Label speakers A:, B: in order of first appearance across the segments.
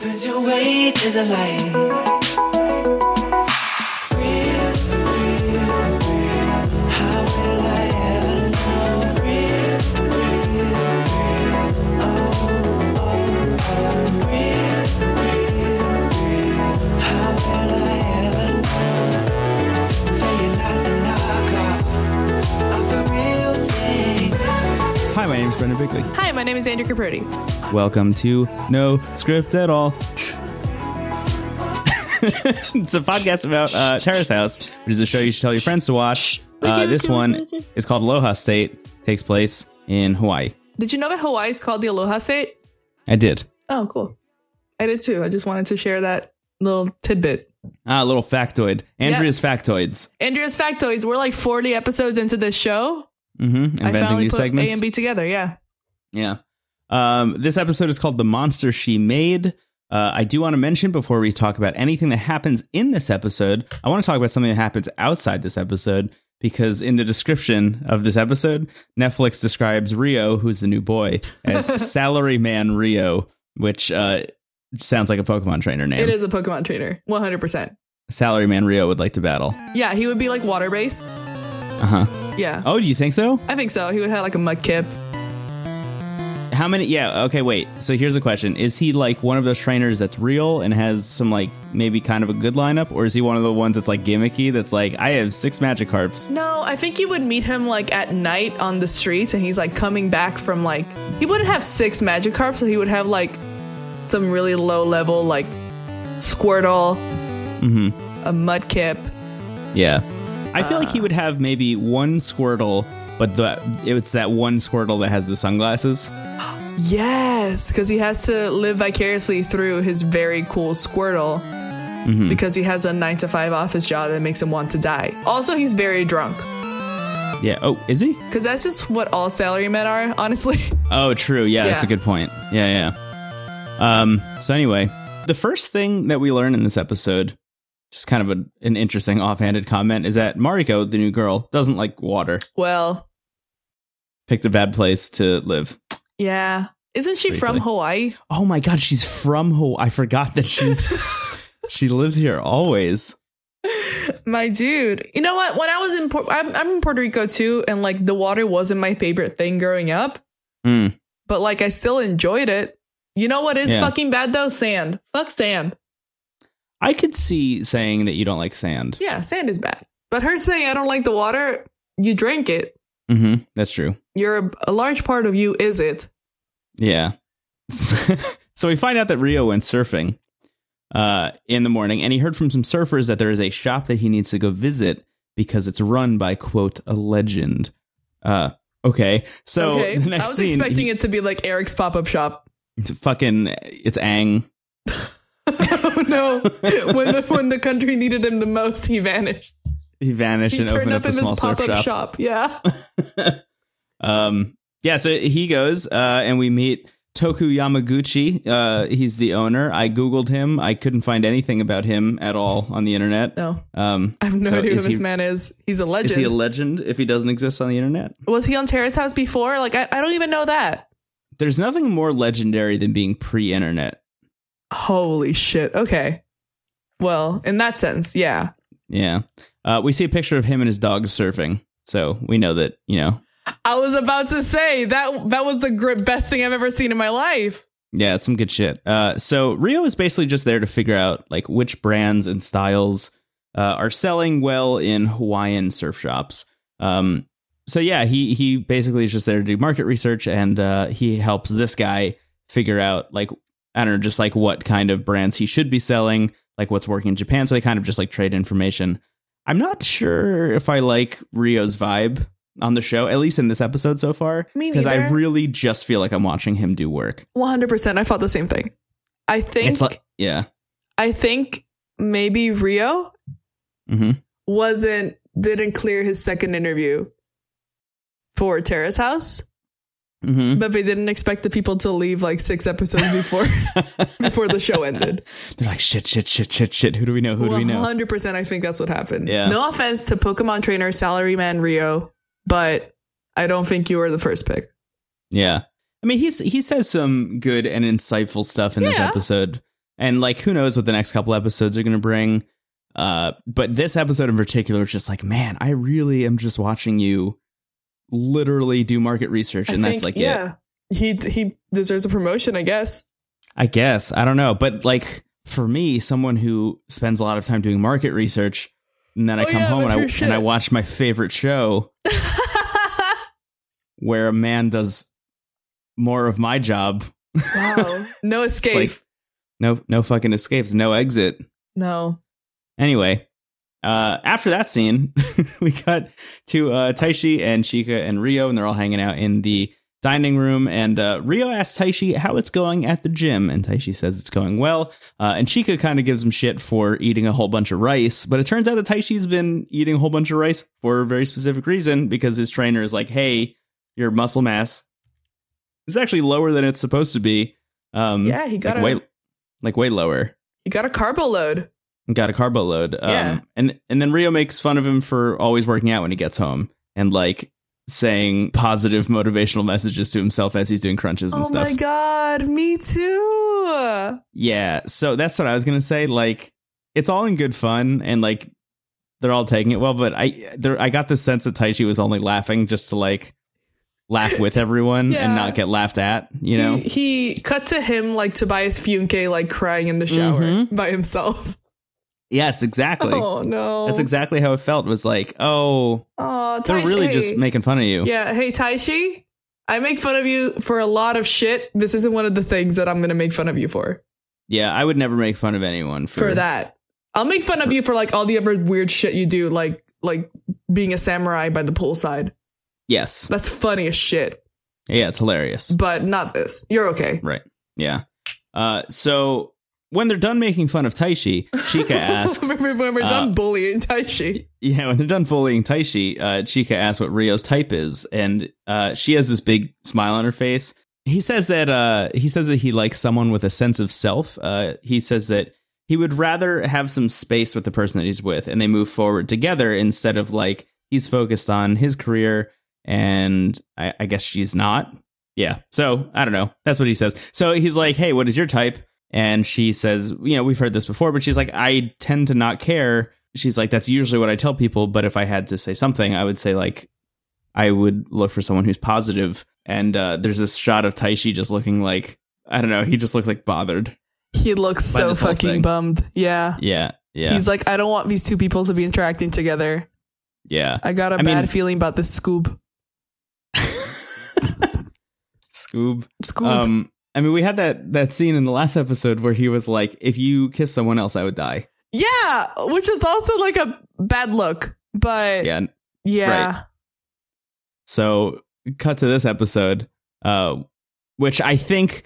A: Burns your way to the light. Real, real, real. How will I ever know? Real, real, real. Oh, oh, oh. Real, real, real. How will I ever know? Say you're not a knockoff of the real thing.
B: Hi, my name's Brendan Bigley.
C: Hi, my name is Andrew Caprodi.
B: Welcome to No Script at All. it's a podcast about uh, Terrace House, which is a show you should tell your friends to watch. Uh, this one is called Aloha State. Takes place in Hawaii.
C: Did you know that Hawaii is called the Aloha State?
B: I did.
C: Oh, cool. I did too. I just wanted to share that little tidbit.
B: Ah, a little factoid. Andrea's factoids.
C: Andrea's factoids. We're like 40 episodes into this show.
B: Mm-hmm.
C: I
B: Inventing
C: finally
B: new
C: put
B: segments.
C: A and B together. Yeah.
B: Yeah. Um, this episode is called The Monster She Made. Uh, I do want to mention before we talk about anything that happens in this episode, I want to talk about something that happens outside this episode because in the description of this episode, Netflix describes Rio, who's the new boy, as Salaryman Rio, which uh, sounds like a Pokemon trainer name.
C: It is a Pokemon trainer. 100%.
B: Salaryman Rio would like to battle.
C: Yeah, he would be like water based.
B: Uh huh.
C: Yeah.
B: Oh, do you think so?
C: I think so. He would have like a Mudkip.
B: How many? Yeah. Okay. Wait. So here's a question: Is he like one of those trainers that's real and has some like maybe kind of a good lineup, or is he one of the ones that's like gimmicky? That's like I have six Magikarps.
C: No, I think you would meet him like at night on the streets and he's like coming back from like he wouldn't have six Magikarp, so he would have like some really low level like Squirtle, a Mudkip.
B: Yeah. I feel like he would have maybe one Squirtle, but the it's that one Squirtle that has the sunglasses.
C: Yes, because he has to live vicariously through his very cool Squirtle because he has a nine to five office job that makes him want to die. Also, he's very drunk
B: Yeah. Oh, is he?
C: because that's just what all salarymen are, honestly.
B: Oh, true. Yeah, that's a
C: Yeah.
B: good point. Yeah, yeah. Um, so anyway, the first thing that we learn in this episode, just kind of a, an interesting offhanded comment, is that Mariko, the new girl, doesn't like water.
C: well,
B: Picked a bad place to live.
C: yeah. Isn't she from
B: Briefly.
C: Hawaii?
B: Oh my god, she's from Hawaii. I forgot that she's she lived here always.
C: My dude, you know what? When I was in, Pu- I'm, I'm in Puerto Rico too, and like the water wasn't my favorite thing growing up,
B: Mm.
C: but like I still enjoyed it. You know what is
B: Yeah.
C: fucking bad though? Sand. Fuck sand.
B: I could see saying that you don't like sand.
C: Yeah, sand is bad. But her saying I don't like the water, you drink it.
B: hmm That's true.
C: You're a, a large part of you is it?
B: Yeah. so we find out that Rio went surfing uh, in the morning, and he heard from some surfers that there is a shop that he needs to go visit because it's run by quote a legend. Uh, okay, so
C: okay.
B: the
C: I
B: next
C: was
B: scene,
C: expecting
B: he-
C: it to be like Eric's pop up shop.
B: it's fucking it's Ang.
C: oh no! when the, when the country needed him the most, he vanished.
B: He vanished
C: He
B: and
C: turned
B: opened
C: up
B: up, a
C: in his
B: small surf
C: pop up
B: shop.
C: shop. Yeah.
B: Um, yeah, so he goes, uh, and we meet Toku Yamaguchi. Uh, he's the owner. I googled him. I couldn't find anything about him at all on the internet.
C: No.
B: Um,
C: I have no
B: so
C: idea who
B: is
C: this
B: he-
C: man is. He's a legend.
B: Is he a legend if he doesn't exist on the internet?
C: was he on Terrace House before? Like, I, I don't even know that.
B: There's nothing more legendary than being pre internet.
C: Holy shit. Okay. Well, in that sense, yeah.
B: Yeah. Uh, we see a picture of him and his dog surfing. So we know that, you know,
C: I was about to say that that was the gr- best thing I've ever seen in my life.
B: yeah, it's some good shit. Uh, so Rio is basically just there to figure out like which brands and styles uh, are selling well in Hawaiian surf shops. Um, so yeah, he he basically is just there to do market research, and uh, he helps this guy figure out like I don't know, just like what kind of brands he should be selling, like what's working in Japan. So they kind of just like trade information. I'm not sure if I like Rio's vibe on the show, at least in this episode so far,
C: Me
B: because I
C: neither.
B: really just feel like I'm watching him do work.
C: 100%. I felt the same thing. I think
B: It's like yeah,
C: I think maybe Rio
B: hmm
C: wasn't didn't clear his second interview for Terrace House,
B: hmm
C: but they didn't expect the people to leave like 6 episodes before before the show ended.
B: They're like shit, shit, shit, shit, shit. Who do we know? Who do we know?
C: 100% I think that's what happened.
B: Yeah.
C: No offense to Pokemon trainer Salaryman Rio, but I don't think you were the first pick.
B: Yeah, I mean he's he says some good and insightful stuff in this
C: Yeah.
B: episode, And like, who knows what the next couple episodes are going to bring. Uh, but this episode in particular was just like, man, I really am just watching you literally do market research. And that's like it.
C: He he deserves a promotion, I guess.
B: I guess. I don't know. But like for me, someone who spends a lot of time doing market research and then I
C: Oh,
B: come
C: yeah,
B: home and
C: that's
B: I,
C: your
B: and I
C: shit.
B: watch my favorite show where a man does more of my job.
C: wow. No escape.
B: like- No no fucking escapes, no exit.
C: no.
B: Anyway, uh after that scene, we cut to uh Taishi and Chika and Rio and they're all hanging out in the dining room and uh Rio asks Taishi how it's going at the gym and Taishi says it's going well. Uh and Chika kind of gives him shit for eating a whole bunch of rice, but it turns out that Taishi's been eating a whole bunch of rice for a very specific reason because his trainer is like, "Hey, your muscle mass is actually lower than it's supposed to be." Um
C: Yeah, he got
B: like
C: a
B: way like way lower
C: he got a carbo load.
B: got a carbo load. Um,
C: Yeah.
B: And and then Rio makes fun of him for always working out when he gets home and like saying positive motivational messages to himself as he's doing crunches and
C: Oh
B: stuff.
C: my god, me too.
B: Yeah. So that's what I was gonna say. Like it's all in good fun and like they're all taking it well, but I there I got the sense that Taichi was only laughing just to like laugh with everyone
C: Yeah.
B: and not get laughed at, you know?
C: he, he cut to him like Tobias Funke like crying in the shower
B: Mhm.
C: by himself.
B: yes, exactly.
C: oh no.
B: That's exactly how it felt. Was like, oh,
C: Oh,
B: they're really just making fun of you.
C: Yeah, hey Taishi, I make fun of you for a lot of shit. This isn't one of the things that I'm gonna make fun of you for.
B: Yeah, I would never make fun of anyone for,
C: For that, I'll make fun of you for like all the other weird shit you do, like like being a samurai by the poolside.
B: Yes.
C: That's funny as shit,
B: Yeah, it's hilarious.
C: but not this. You're okay.
B: Right. Yeah. Uh, so when they're done making fun of Taishi, Chika asks.
C: when we're
B: Uh,
C: done bullying Taishi.
B: yeah, when they're done bullying Taishi, uh, Chika asks what Rio's type is, and uh, she has this big smile on her face. He says that uh, he says that he likes someone with a sense of self. Uh, he says that he would rather have some space with the person that he's with, and they move forward together instead of like he's focused on his career, and I, I guess she's not. Yeah. So I don't know. That's what he says. So he's like, "Hey, what is your type?" And she says, "You know, we've heard this before, but she's like, I tend to not care." She's like, "That's usually what I tell people, but if I had to say something, I would say like, I would look for someone who's positive." And uh, there's this shot of Taishi just looking like, I don't know, he just looks like bothered.
C: He looks
B: By
C: so
B: this whole thing.
C: fucking bummed. Yeah.
B: Yeah. Yeah.
C: He's like, I don't want these two people to be interacting together.
B: yeah.
C: I got a
B: I mean-
C: bad feeling about this Scoob.
B: Scoob.
C: Scoob.
B: Um, I mean, we had that that scene in the last episode where he was like, "If you kiss someone else, I would die."
C: yeah, which is also like a bad look, but yeah.
B: Yeah. So, cut to this episode, uh, which I think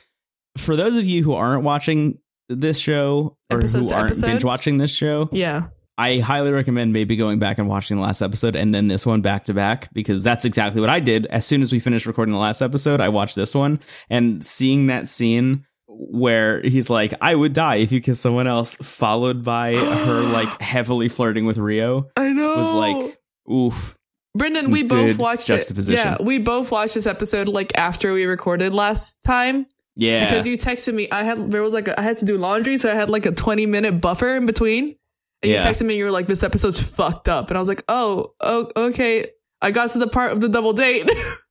B: for those of you who aren't watching this show or
C: Episode
B: who
C: to
B: aren't
C: episode?
B: binge watching this show,
C: Yeah.
B: I highly recommend maybe going back and watching the last episode and then this one back to back because that's exactly what I did. As soon as we finished recording the last episode, I watched this one and seeing that scene where he's like, "I would die if you kiss someone else," followed by her like heavily flirting with Rio
C: I know.
B: was like,
C: Oh.
B: "Oof,
C: Brendan,
B: some
C: we both
B: good
C: watched it.
B: juxtaposition.
C: Yeah, we both watched this episode like after we recorded last time
B: yeah."
C: because you texted me. I had there was like a, I had to do laundry, so I had like a twenty minute buffer in between. And
B: Yeah.
C: you texted me, you were like, "This episode's fucked up," and I was like, "Oh, oh okay." I got to the part of the double date.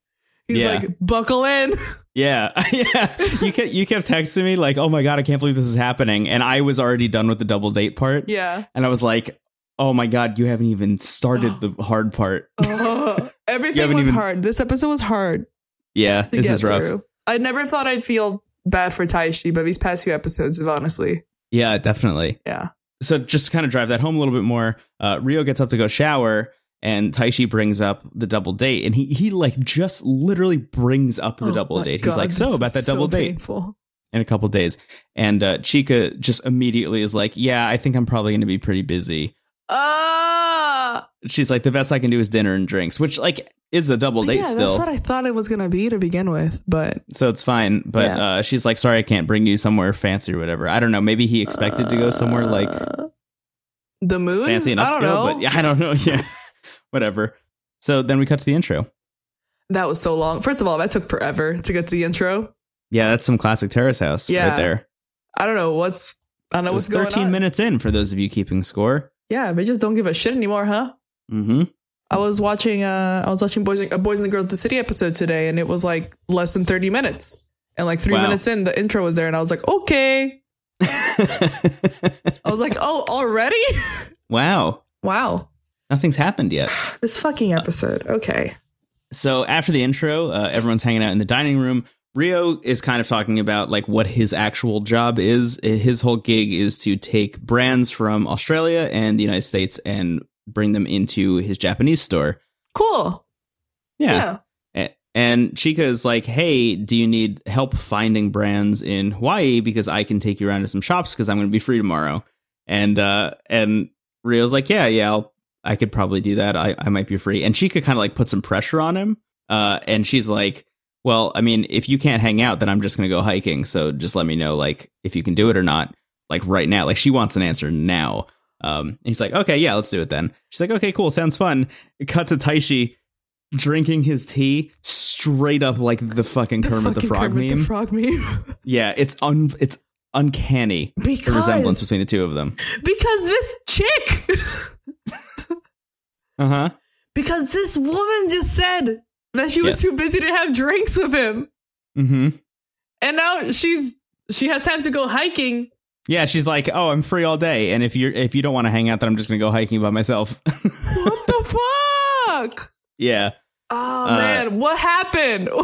C: He's
B: Yeah.
C: like, "Buckle in."
B: Yeah, yeah. You kept you kept texting me like, "Oh my god, I can't believe this is happening," and I was already done with the double date part,
C: Yeah.
B: and I was like, "Oh my god, you haven't even started the hard part."
C: Ugh. everything
B: haven't
C: was
B: even-
C: hard. This episode was hard.
B: Yeah,
C: To
B: this
C: get
B: is rough.
C: Through. I never thought I'd feel bad for Taishi, but these past few episodes have honestly,
B: Yeah, definitely.
C: yeah.
B: So just to kind of drive that home a little bit more, uh, Rio gets up to go shower, and Taishi brings up the double date, and he he like just literally brings up the
C: Oh
B: double
C: my
B: date. He's
C: God,
B: like,
C: this
B: "So
C: is
B: about that
C: so
B: double date."
C: painful.
B: in a couple days. And uh, Chica just immediately is like, "Yeah, I think I'm probably going to be pretty busy."
C: Ah,
B: She's like, "The best I can do is dinner and drinks," which like is a double date
C: yeah,
B: still,
C: that's what I thought it was gonna be to begin with, but
B: so it's fine. But
C: Yeah.
B: uh, she's like, "Sorry, I can't bring you somewhere fancy or whatever." I don't know. Maybe he expected to go somewhere like
C: Uh, the moon.
B: fancy and upscale,
C: I don't know.
B: but yeah, I don't know. Yeah, whatever. So then we cut to the intro.
C: That was so long. First of all, that took forever to get to the intro.
B: Yeah, that's some classic terrace house
C: Yeah.
B: right there.
C: I don't know what's I don't know what's
B: was
C: going
B: 13
C: on.
B: minutes in for those of you keeping score.
C: Yeah, bitches don't give a shit anymore, huh?
B: Mm-hmm.
C: I was watching uh I was watching Boys and, uh, Boys and the Girls of the City episode today and it was like less than 30 minutes. And like 3
B: Wow.
C: minutes in the intro was there and I was like, "Okay." I was like, "Oh, already?"
B: wow.
C: wow.
B: Nothing's happened yet.
C: This fucking episode. Okay.
B: So after the intro, uh, everyone's hanging out in the dining room. Rio is kind of talking about like what his actual job is. His whole gig is to take brands from Australia and the United States and bring them into his Japanese store.
C: Cool.
B: Yeah.
C: Yeah.
B: A- And Chica is like, "Hey, do you need help finding brands in Hawaii? Because I can take you around to some shops because I'm going to be free tomorrow." And uh, and Rio's like, "Yeah, yeah, I'll, I could probably do that. I, I might be free." And Chica kind of like put some pressure on him. Uh, and she's like, "Well, I mean, if you can't hang out, then I'm just going to go hiking. So just let me know like if you can do it or not, like right now. Like she wants an answer now." Um, and he's like, "Okay, yeah, let's do it then." She's like, "Okay, cool, sounds fun." Cut to Taishi drinking his tea straight up like the fucking Kermit the,
C: fucking
B: Frog
C: Kermit
B: meme.
C: the Frog meme.
B: yeah, it's un it's uncanny the
C: because
B: resemblance between the two of them.
C: because this chick
B: Uh huh.
C: because this woman just said that she was too busy to have drinks with him.
B: Mm-hmm.
C: And now she's she has time to go hiking.
B: Yeah, she's like, oh, I'm free all day, and if you're if you don't want to hang out, then I'm just gonna go hiking by myself.
C: What the fuck?
B: yeah,
C: Oh
B: Uh,
C: man, what happened?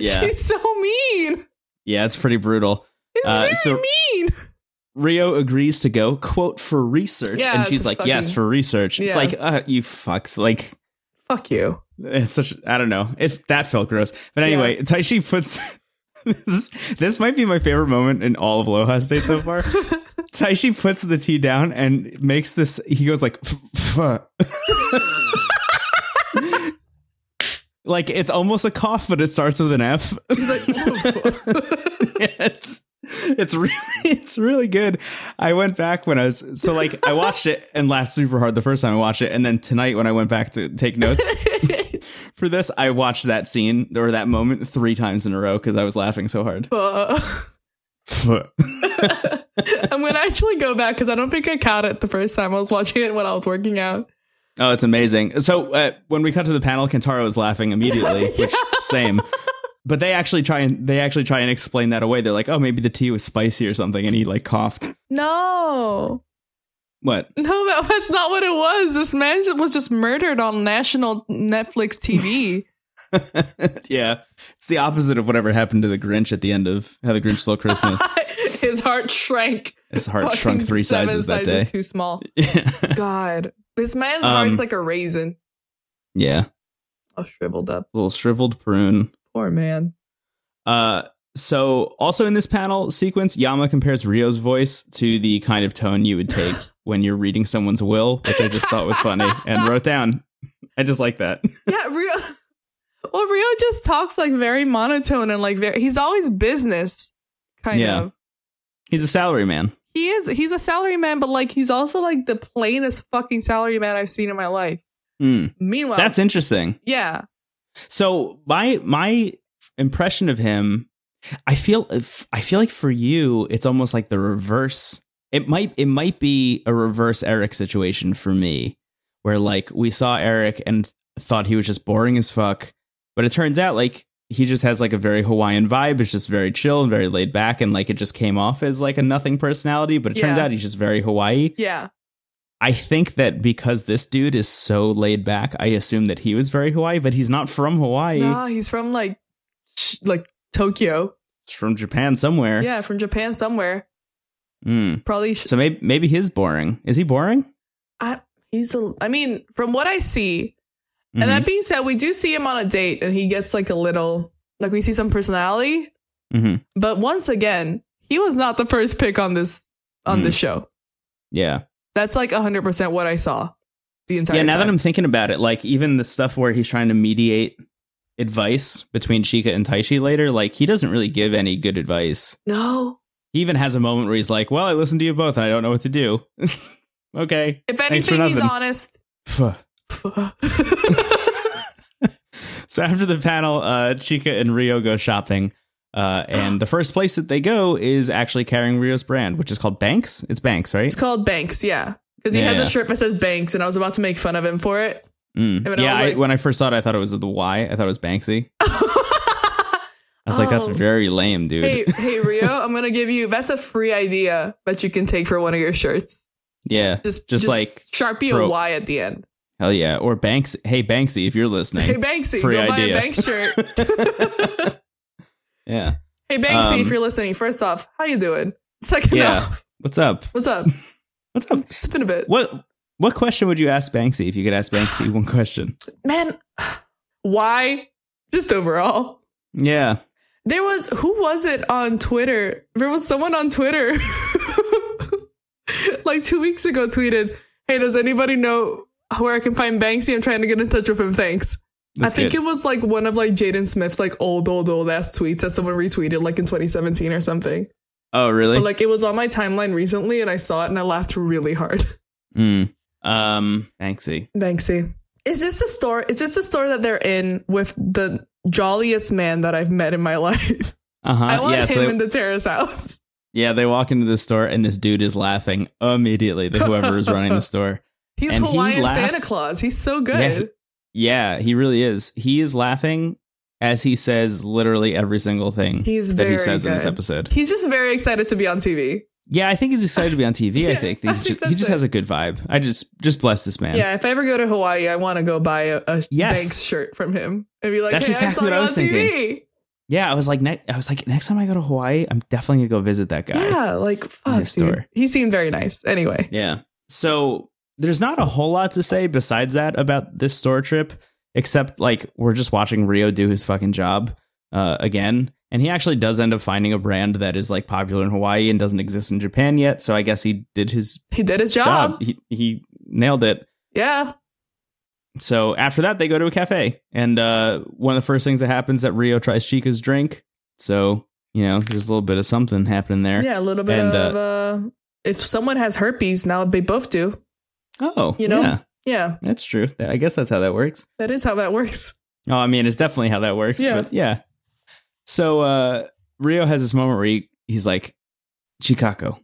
B: Yeah.
C: She's so mean.
B: yeah, it's pretty brutal.
C: It's
B: Uh,
C: very
B: so-
C: mean.
B: Rio agrees to go quote for research,
C: Yeah,
B: and
C: it's
B: she's
C: a
B: like,
C: fucking-
B: yes, for research. It's
C: Yeah.
B: like, uh, you fucks, like.
C: Fuck you.
B: It's such I don't know. If that felt gross. But anyway, Taishi puts this this might be my favorite moment in all of Aloha State so far. Taishi puts the tea down and makes this he goes like "F- uh." f-" Like it's almost a cough, but it starts with an F. it's it's really it's really good. I went back when I was so like I watched it and laughed super hard the first time I watched it, and then tonight when I went back to take notes, for this, I watched that scene or that moment three times in a row because I was laughing so hard.
C: Uh,
B: yeah,
C: I'm gonna actually go back because I don't think I caught it the first time I was watching it when I was working out.
B: Oh, it's amazing. So uh, when we cut to the panel, Kentaro is laughing immediately, which same. But they actually try and they actually try and explain that away. They're like, "Oh, maybe the tea was spicy or something," and he like coughed.
C: No,
B: What?
C: no, that, that's not what it was. This man was just murdered on national Netflix TV.
B: yeah, it's the opposite of whatever happened to the Grinch at the end of How the Grinch Stole Christmas.
C: His heart shrank.
B: His heart
C: Fucking
B: shrunk three
C: seven
B: sizes that
C: sizes
B: day.
C: Too small.
B: Yeah.
C: God, this man's
B: Um,
C: heart's like a raisin.
B: yeah,
C: All shriveled up.
B: little shriveled prune.
C: Poor man.
B: Uh, so also in this panel sequence, Yama compares Rio's voice to the kind of tone you would take when you're reading someone's will, which I just thought was funny and wrote down. I just like that.
C: Yeah, Rio. Well, Rio just talks like very monotone and like very. He's always business, kind
B: Yeah.
C: of.
B: He's a salary man.
C: He is. He's a salaryman, but like he's also like the plainest fucking salaryman I've seen in my life.
B: Hmm.
C: Meanwhile,
B: That's interesting.
C: yeah.
B: So my my impression of him, I feel I feel like for you, it's almost like the reverse. It might it might be a reverse Eric situation for me, where like we saw Eric and thought he was just boring as fuck, but it turns out like he just has like a very Hawaiian vibe. It's just very chill and very laid back, and like it just came off as like a nothing personality. But it turns
C: Yeah.
B: out he's just very Hawaii.
C: Yeah.
B: I think that because this dude is so laid back, I assume that he was very Hawaii, but he's not from Hawaii.
C: Nah, he's from like, sh- like Tokyo.
B: It's from Japan somewhere.
C: Yeah, from Japan somewhere.
B: Mm.
C: Probably. Sh-
B: So maybe maybe his boring. Is he boring?
C: I, he's a. I mean, from what I see,
B: Mm-hmm.
C: and that being said, we do see him on a date, and he gets like a little like we see some personality.
B: Mhm. Mhm.
C: But once again, he was not the first pick on this on
B: Hmm.
C: this show.
B: Yeah.
C: That's like 100% what I saw the entire
B: yeah. Now
C: time.
B: that I'm thinking about it, like even the stuff where he's trying to mediate advice between Chica and Taishi later, like he doesn't really give any good advice.
C: no.
B: He even has a moment where he's like, "Well, I listened to you both, and I don't know what to do." okay.
C: If
B: Thanks for
C: anything, he's
B: nothing.
C: honest.
B: Pho.
C: Fuck.
B: So after the panel, uh, Chica and Rio go shopping. Uh, and the first place that they go is actually carrying Rio's brand, which is called Banks. It's Banks, right?
C: It's called Banks, yeah. Because he
B: Yeah,
C: has
B: yeah.
C: a shirt that says Banks, and I was about to make fun of him for it.
B: Mm.
C: I mean, I
B: yeah,
C: was
B: I
C: like-
B: when I first saw it, I thought it was the Y. I thought it was Banksy. I was like, that's
C: Oh.
B: very lame, dude.
C: hey, hey, Rio, I'm gonna give you. That's a free idea that you can take for one of your shirts.
B: yeah,
C: Just,
B: Just like
C: sharpie
B: pro-
C: a Y at the end.
B: hell yeah. Or Banks. Hey, Banksy, if you're listening.
C: Hey, Banksy,
B: Free
C: go buy
B: idea.
C: a Banks shirt.
B: yeah,
C: Hey, Banksy,
B: Um,
C: if you're listening, first off, how you doing? Second
B: yeah.
C: off,
B: What's up?
C: what's up?
B: What's up?
C: It's been a bit.
B: What what question would you ask Banksy if you could ask Banksy one question?
C: man why just overall
B: Yeah,
C: there was who was it on twitter there was someone on twitter like two weeks ago tweeted hey does anybody know where i can find banksy i'm trying to get in touch with him thanks
B: that's
C: i think
B: good.
C: it was like one of like jaden smith's like old old old ass tweets that someone retweeted like in 2017 or something
B: oh, really?
C: but like it was on my timeline recently and i saw it and i laughed really hard
B: Mm. Um, Banksy.
C: Banksy. Is this the store? Is this the store that they're in with the jolliest man that I've met in my life?
B: Uh
C: I
B: huh.
C: want
B: Yeah,
C: him
B: so they,
C: in the terrace house.
B: yeah. They walk into the store and this dude is laughing immediately. The whoever is running the store.
C: He's
B: And he
C: Hawaiian
B: laughs.
C: Santa Claus. He's so good.
B: Yeah, he really is. He is laughing as he says literally every single thing
C: He's
B: that
C: very
B: he says in this
C: good.
B: episode.
C: He's just very excited to be on TV.
B: Yeah, I think he's excited to be on TV. I
C: Yeah,
B: think he
C: I
B: just,
C: think
B: he
C: that's
B: just
C: it.
B: has a good vibe. I just just bless this man.
C: Yeah, if I ever go to Hawaii, I want to go buy a, a
B: Yes.
C: Banks shirt from him and be like,
B: That's
C: "Hey, I
B: exactly
C: saw
B: what
C: you
B: I
C: on
B: was thinking.
C: TV."
B: Yeah, I was like, ne- I was like, next time I go to Hawaii, I'm definitely gonna go visit that guy.
C: Yeah, like fuck,
B: Nice
C: dude.
B: store.
C: He seemed very nice. Anyway,
B: Yeah. So there's not a whole lot to say besides that about this store trip, except like we're just watching Rio do his fucking job uh, again. And he actually does end up finding a brand that is like popular in Hawaii and doesn't exist in Japan yet. So I guess he did his
C: he did his job.
B: job. He, he nailed it.
C: Yeah,
B: So after that, they go to a cafe. And uh, one of the first things that happens is that Rio tries Chica's drink. So, you know, there's a little bit of something happening there.
C: yeah, a little bit
B: And, uh,
C: of. Uh, if someone has herpes, now they both do.
B: Oh,
C: You know?
B: yeah,
C: Yeah,
B: that's true. I guess that's how that works.
C: that is how that works.
B: Oh, I mean, it's definitely how that works.
C: Yeah.
B: But yeah. So uh Rio has this moment where he, he's like, Chicago.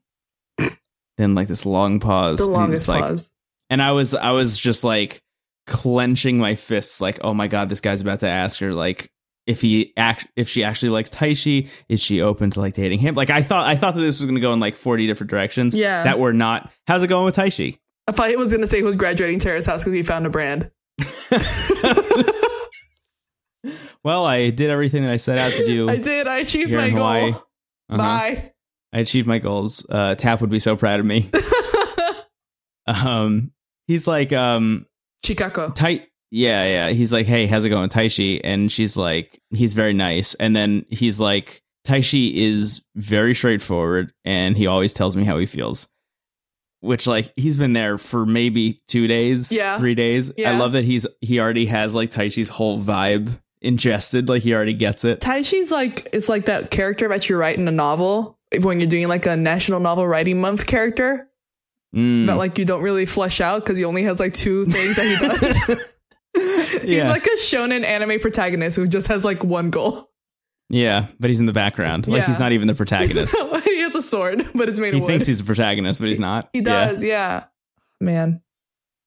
B: then like this long pause.
C: the
B: and he
C: longest
B: just, like,
C: pause.
B: And I was I was just like clenching my fists, like, oh my god, this guy's about to ask her like if he act if she actually likes Taishi, is she open to like dating him? Like I thought I thought that this was gonna go in like 40 different directions.
C: Yeah.
B: That were not how's it going with Taishi?
C: I thought he was gonna say he was graduating Tara's house because he found a brand.
B: Well, I did everything that I set out to do.
C: I did. I achieved
B: Here
C: my
B: in
C: goal.
B: Hawaii. Uh-huh.
C: Bye.
B: I achieved my goals. Uh, Tap would be so proud of me. um, he's like, um,
C: Chicago.
B: tight. Yeah, yeah. He's like, hey, how's it going, Taishi? And she's like, he's very nice. And then he's like, Taishi is very straightforward, and he always tells me how he feels. Which like he's been there for maybe two days,
C: Yeah.
B: three days. I
C: Yeah.
B: love that he's he already has like Taishi's whole vibe ingested. Like he already gets it.
C: Taishi's like it's like that character that you write in a novel if- when you're doing like a national novel writing month character
B: Mm.
C: that like you don't really flesh out because he only has like two things that he
B: Yeah.
C: does. He's like a shonen anime protagonist who just has like one goal.
B: yeah, but he's in the background. Like
C: Yeah.
B: he's not even the protagonist.
C: he has a sword, but it's made
B: he
C: of wood.
B: thinks he's the protagonist, but he's not.
C: he
B: Yeah.
C: does, yeah. Man.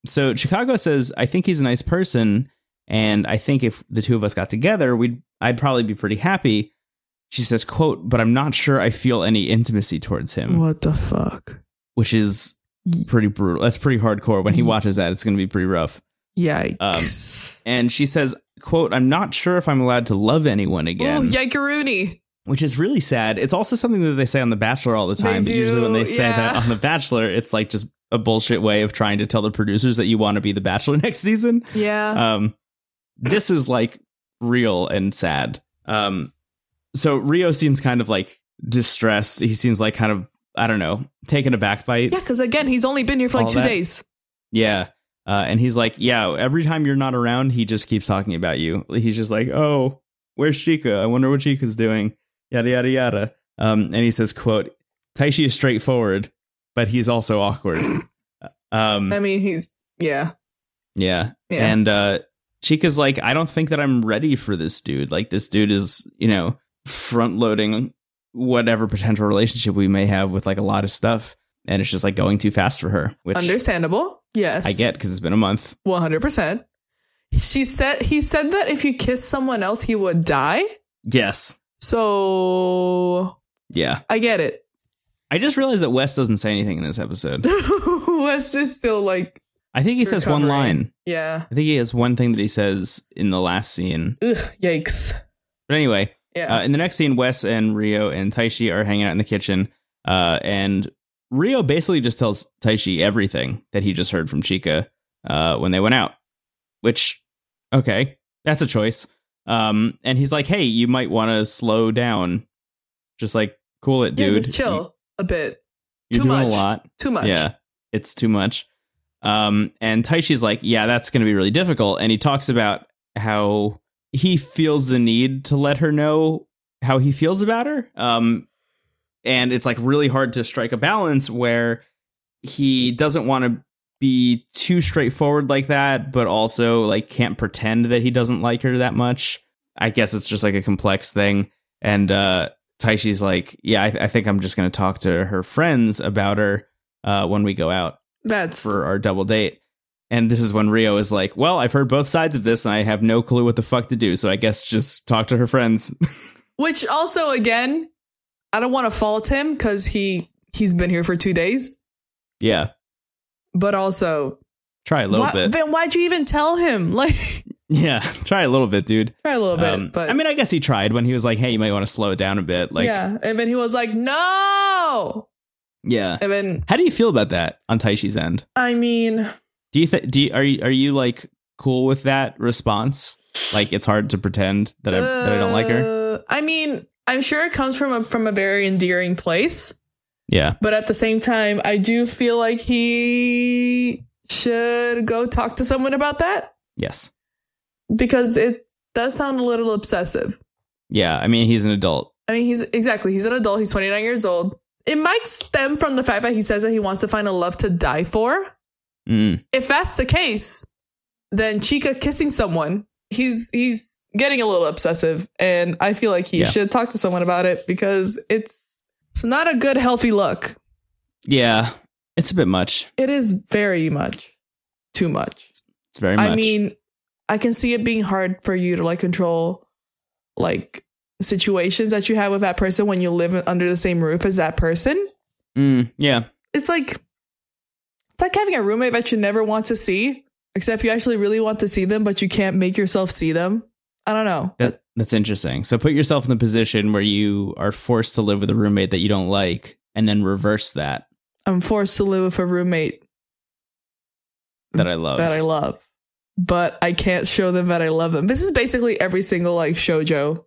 B: So Chicago says, "I think he's a nice person, and I think if the two of us got together, we'd I'd probably be pretty happy." She says, "quote But I'm not sure I feel any intimacy towards him, Um,
C: What the fuck?
B: which is pretty brutal. That's pretty hardcore. When he
C: Mm-hmm.
B: watches that, it's going to be pretty rough."
C: Yikes.
B: And she says, "quote I'm not sure if I'm allowed to love anyone again."
C: Ooh, yikeroony.
B: which is really sad. It's also something that they say on The Bachelor all the
C: They
B: time. but usually, when
C: do,
B: they say that
C: yeah.
B: on The Bachelor, it's like just a bullshit way of trying to tell the producers that you want to be The Bachelor next season.
C: Yeah.
B: Um, this is like real and sad. Um, so Rio seems kind of like distressed. He seems like kind of I don't know taken aback by it.
C: yeah, because again, he's only been here for like
B: All
C: two
B: that.
C: days.
B: Yeah. Uh, and he's like, yeah, every time you're not around, he just keeps talking about you. He's just like, oh, where's Chica? I wonder what Chica's doing. Yada, yada, yada. Um, and he says, quote, Taishi is straightforward, but he's also awkward. um,
C: I mean, he's yeah,
B: yeah.
C: yeah.
B: And uh, Chica's like, I don't think that I'm ready for this dude. Like, this dude is, you know, front loading whatever potential relationship we may have with like a lot of stuff. And it's just like going too fast for her, which
C: Understandable. Yes.
B: I get because it's been a month.
C: 100%. She said he said that if you kiss someone else he would die.
B: Yes.
C: So
B: Yeah.
C: I get it.
B: I just realized that Wes doesn't say anything in this episode.
C: Wes is still like,
B: I think he says one
C: Recovering.
B: line.
C: yeah.
B: I think he has one thing that he says in the last scene.
C: Ugh, yikes.
B: But anyway,
C: Yeah.
B: Uh, in the next scene, Wes and Rio and Taishi are hanging out in the kitchen, uh, and Rio basically just tells Taishi everything that he just heard from Chica uh, when they went out. Which, okay, that's a choice. Um, and he's like, "Hey, you might want to slow down. Just like, cool it, dude.
C: yeah, just chill a bit.
B: You, are
C: Too
B: doing
C: much.
B: a lot.
C: Too much.
B: Yeah, it's too much. Um, and Taishi's like, yeah, that's going to be really difficult. And he talks about how he feels the need to let her know how he feels about her. Um, and it's like really hard to strike a balance where he doesn't want to be too straightforward like that, but also like can't pretend that he doesn't like her that much. I guess it's just like a complex thing. And uh, Taishi's like, yeah, I, I think I'm just going to talk to her friends about her uh, when we go out
C: That's
B: for our double date. And this is when Rio is like, "Well, I've heard both sides of this, and I have no clue what the fuck to do. So I guess just talk to her friends."
C: which also again, I don't want to fault him because he he's been here for two days,
B: yeah,
C: but also
B: try a little
C: why-
B: bit.
C: Then why'd you even tell him? Like
B: yeah, try a little bit, dude.
C: try a little bit,
B: Um,
C: but
B: I mean, I guess he tried when he was like, "Hey, you might want to slow it down a bit." Like, yeah.
C: yeah. And then he was like, no. And then
B: How do you feel about that on Taishi's end?
C: I mean,
B: Do you think? Do you, are you are you like cool with that response? Like, it's hard to pretend that I that I don't like her.
C: uh, I mean, I'm sure it comes from a from a very endearing place.
B: Yeah,
C: But at the same time, I do feel like he should go talk to someone about that
B: yes,
C: because it does sound a little obsessive.
B: yeah. I mean, he's an adult.
C: I mean, he's exactly, he's an adult, he's 29 years old. It might stem from the fact that he says that he wants to find a love to die for.
B: Mm,
C: If that's the case, then Chica kissing someone, he's he's getting a little obsessive and I feel like he
B: Yeah.
C: should talk to someone about it because it's it's not a good healthy look.
B: yeah, it's a bit much.
C: It is very much too much.
B: It's very much.
C: I mean, I can see it being hard for you to like control like situations that you have with that person when you live under the same roof as that person.
B: Mm, yeah,
C: It's like it's like having a roommate that you never want to see, except you actually really want to see them, but you can't make yourself see them. I don't know.
B: that, that's interesting. So put yourself in the position where you are forced to live with a roommate that you don't like, and then reverse that
C: I'm forced to live with a roommate
B: that I love.
C: that I love, but I can't show them that I love them. This is basically every single like shojo.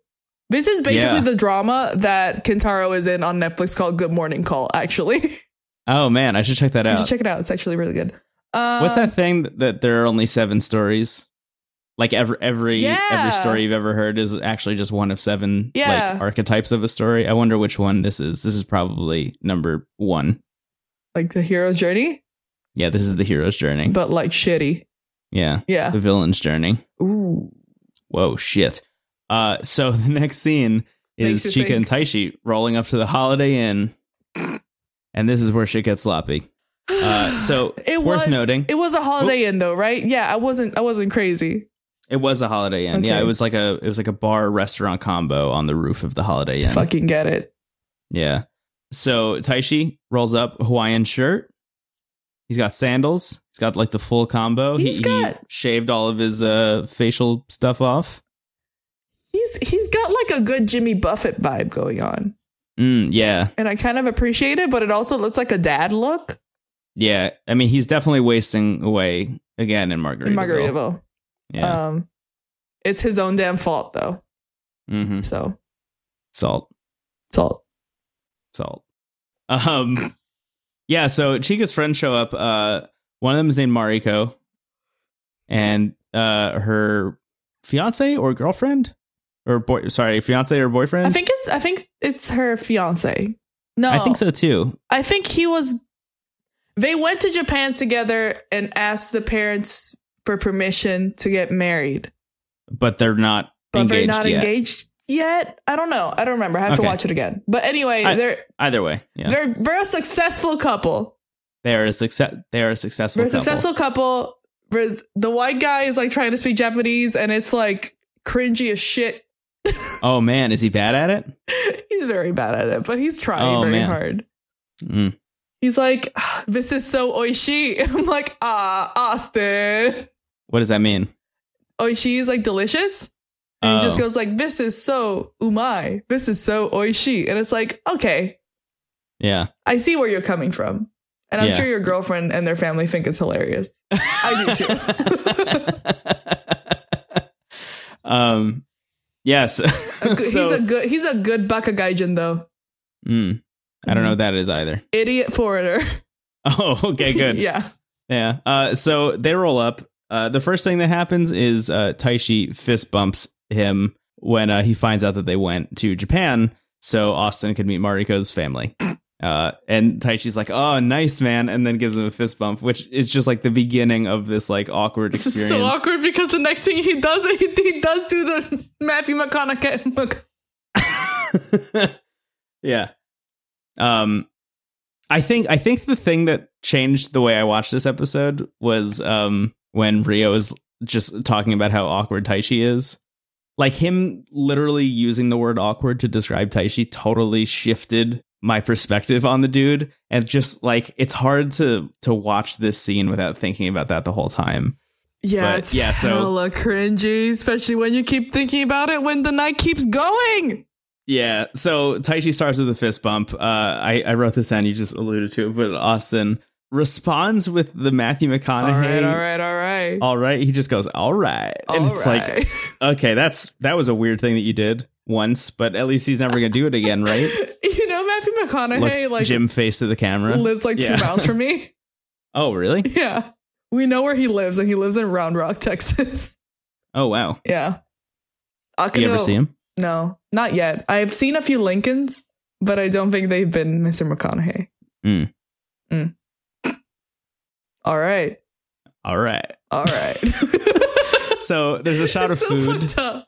C: This is basically
B: Yeah.
C: the drama that Kentaro is in on Netflix called Good Morning Call. Actually,
B: oh man, I should check that
C: you
B: out.
C: should check it out. It's actually really good. Um,
B: What's that thing th- that there are only seven stories? Like every every
C: Yeah.
B: every story you've ever heard is actually just one of seven
C: Yeah.
B: like archetypes of a story. I wonder which one this is. This is probably number one.
C: Like the hero's journey,
B: Yeah, this is the hero's journey.
C: but like shitty.
B: yeah,
C: Yeah.
B: the villain's journey.
C: Ooh.
B: Whoa, shit. Uh, so the next scene
C: Makes
B: is
C: you
B: Chica
C: think.
B: and Taishi rolling up to the Holiday Inn, and this is where shit gets sloppy. Uh, so
C: It
B: worth
C: was
B: noting,
C: It was a Holiday Inn though, right? Yeah, I wasn't. I wasn't crazy.
B: it was a Holiday Inn. Yeah,
C: Okay.
B: it was like a it was like a bar restaurant combo on the roof of the Holiday Inn.
C: Let's Fucking get it.
B: Yeah. So Taishi rolls up Hawaiian shirt. He's got sandals. He's got like the full combo.
C: He's
B: he,
C: got-
B: he shaved all of his uh, facial stuff off.
C: He's he's got like a good Jimmy Buffett vibe going on,
B: Mm, yeah.
C: and I kind of appreciate it. But it also looks like a dad look.
B: Yeah, I mean he's definitely wasting away again in Margaritaville.
C: in Margaritaville.
B: Yeah,
C: Um, it's his own damn fault though.
B: hmm
C: So
B: salt,
C: it's all
B: salt. Um, yeah. So Chica's friends show up. Uh, one of them is named Mariko, and uh, her fiance or girlfriend or boy. Sorry, fiance or boyfriend.
C: I think it's I think it's her fiance. No,
B: I think so too.
C: I think he was. They went to Japan together and asked the parents for permission to get married,
B: But they're not
C: but
B: engaged
C: they're not
B: yet.
C: engaged yet. I don't know. I don't remember. I have
B: Okay.
C: to watch it again. But anyway,
B: I-
C: they're
B: Either way, yeah,
C: they're they're a successful couple.
B: they are a success. They are a successful.
C: They're a
B: couple.
C: successful couple. Whereas The white guy is like trying to speak Japanese, and it's like cringy as shit.
B: Oh man, is he bad at it?
C: he's very bad at it, but he's trying
B: Oh,
C: very
B: man.
C: hard.
B: Mm.
C: He's like, "Ah, this is so oishi. And I'm like, ah, Austin.
B: What does that mean?
C: Oishi is like delicious. And he just
B: Oh.
C: goes like, this is so umai. This is so oishi. And it's like, okay,
B: Yeah.
C: I see where you're coming from. And I'm
B: Yeah.
C: sure your girlfriend and their family think it's hilarious. I do
B: too. um. Yes.
C: A good-
B: So-
C: he's a good he's a good Bakagaijin though.
B: Mm. I
C: Mm-hmm.
B: don't know what that is either.
C: Idiot foreigner.
B: Oh, okay, good. yeah.
C: yeah.
B: Uh, so they roll up. Uh, the first thing that happens is uh, Taishi fist bumps him when uh, he finds out that they went to Japan so Austin could meet Mariko's family. Uh, and Taichi's like, oh, nice, man. And then gives him a fist bump, which is just like the beginning of this like awkward
C: This
B: experience.
C: is so awkward because the next thing he does he, he does do the Matthew McConaughey Mc-
B: yeah. Um I think I think the thing that changed the way I watched this episode was um when Rio is just talking about how awkward Taishi is. Like him literally using the word awkward to describe Taishi totally shifted my perspective on the dude and just like it's hard to to watch this scene without thinking about that the whole time.
C: Yeah,
B: But,
C: it's
B: yeah, so-
C: hella cringy, especially when you keep thinking about it when the night keeps going.
B: Yeah. So Taichi starts with a fist bump. Uh, I, I wrote this down. You just alluded to it, but Austin responds with the Matthew
C: All
B: McConaughey.
C: right, all right, all right.
B: All right. He just goes, all right. and
C: All
B: it's like,
C: right.
B: okay, that's that was a weird thing that you did once, but at least he's never going to do it again, right?
C: you know, Matthew McConaughey
B: Look,
C: like
B: Jim face to the camera.
C: lives like
B: Yeah.
C: two miles from me.
B: oh, really?
C: Yeah. We know where he lives, and he lives in Round Rock, Texas.
B: Oh, wow.
C: yeah.
B: Do you ever
C: Akuno-
B: see him?
C: No, not yet. I've seen a few Lincolns, but I don't think they've been Mr. McConaughey.
B: Mm.
C: Mm. All right.
B: All right.
C: All right.
B: So there's a shot of
C: It's so
B: food.
C: fucked up.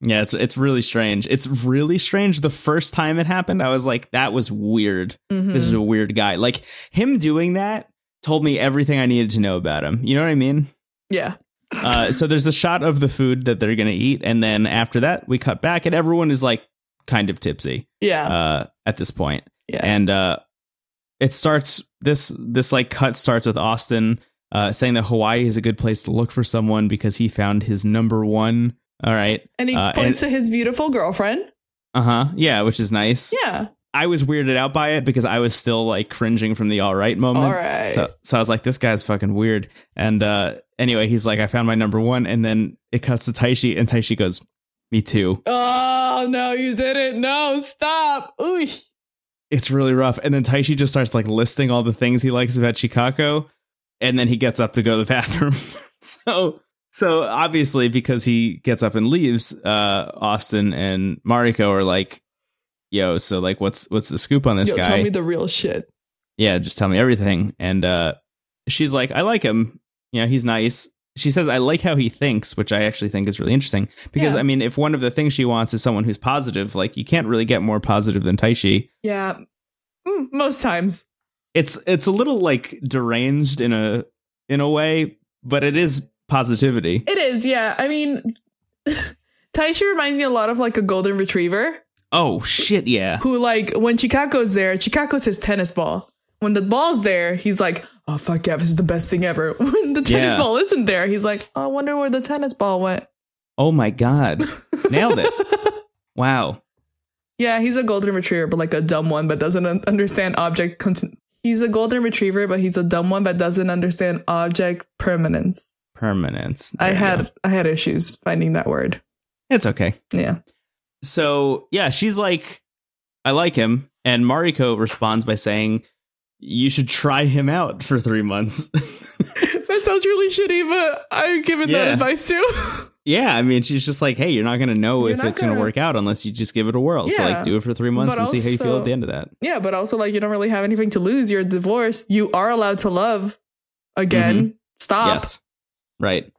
B: Yeah, it's it's really strange. It's really strange. The first time it happened, I was like, that was weird.
C: Mhm.
B: this is a weird guy. Like him doing that told me everything I needed to know about him. You know what I mean?
C: yeah.
B: Uh, so there's a shot of the food that they're gonna eat, and then after that, we cut back, and everyone is like kind of tipsy
C: Yeah.
B: uh, at this point.
C: Yeah.
B: And uh, it starts this this like cut starts with Austin uh, saying that Hawaii is a good place to look for someone because he found his number one. All right.
C: and he
B: uh,
C: points to his beautiful girlfriend.
B: Uh huh. Yeah, which is nice.
C: Yeah.
B: I was weirded out by it because I was still like cringing from the all right moment.
C: All
B: Oh,
C: right.
B: So, so I was like, this guy's fucking weird. And uh, anyway, he's like, I found my number one. And then it cuts to Taishi, and Taishi goes, Me too.
C: oh, no, you didn't. No, stop. Ooh.
B: It's really rough. And then Taishi just starts like listing all the things he likes about Chicago. And then he gets up to go to the bathroom. so, so obviously, because he gets up and leaves, uh, Austin and Mariko are like, Yo, so like, what's what's the scoop on this
C: Yo,
B: guy?
C: tell me the real shit.
B: yeah, just tell me everything. And uh, she's like, I like him. You know, he's nice. She says, I like how he thinks, which I actually think is really interesting. Because,
C: Yeah.
B: I mean, if one of the things she wants is someone who's positive, like, you can't really get more positive than Taishi.
C: Yeah. Mm, most times.
B: It's it's a little like deranged in a in a way, but it is positivity.
C: It is. Yeah. I mean, Taishi reminds me a lot of like a golden retriever.
B: Oh shit, yeah.
C: who like when Chicago's there, Chicago's his tennis ball. When the ball's there, he's like, "Oh fuck yeah, this is the best thing ever." When the tennis
B: Yeah.
C: ball isn't there, he's like, "I wonder where the tennis ball went."
B: Oh my god. Nailed it. Wow.
C: Yeah, he's a golden retriever, but like a dumb one, but doesn't un- understand object. Con- he's a golden retriever, but he's a dumb one, but doesn't understand object permanence.
B: Permanence.
C: I
B: There you
C: had
B: go.
C: I had issues finding that word.
B: It's okay.
C: Yeah,
B: so yeah, she's like, I like him. And Mariko responds by saying, You should try him out for three months.
C: that sounds really shitty, but I've given
B: Yeah.
C: that advice too.
B: yeah, I mean, she's just like, Hey, you're not going to know
C: You're
B: if
C: not
B: it's going to
C: gonna-
B: work out unless you just give it a whirl. So,
C: Yeah.
B: like, do it for three months
C: But
B: and see how you feel
C: also-
B: at the end of that.
C: Yeah, but also like you don't really have anything to lose. You're
B: Mm-hmm.
C: divorced. You are allowed to love again. Stop.
B: Yes. Right.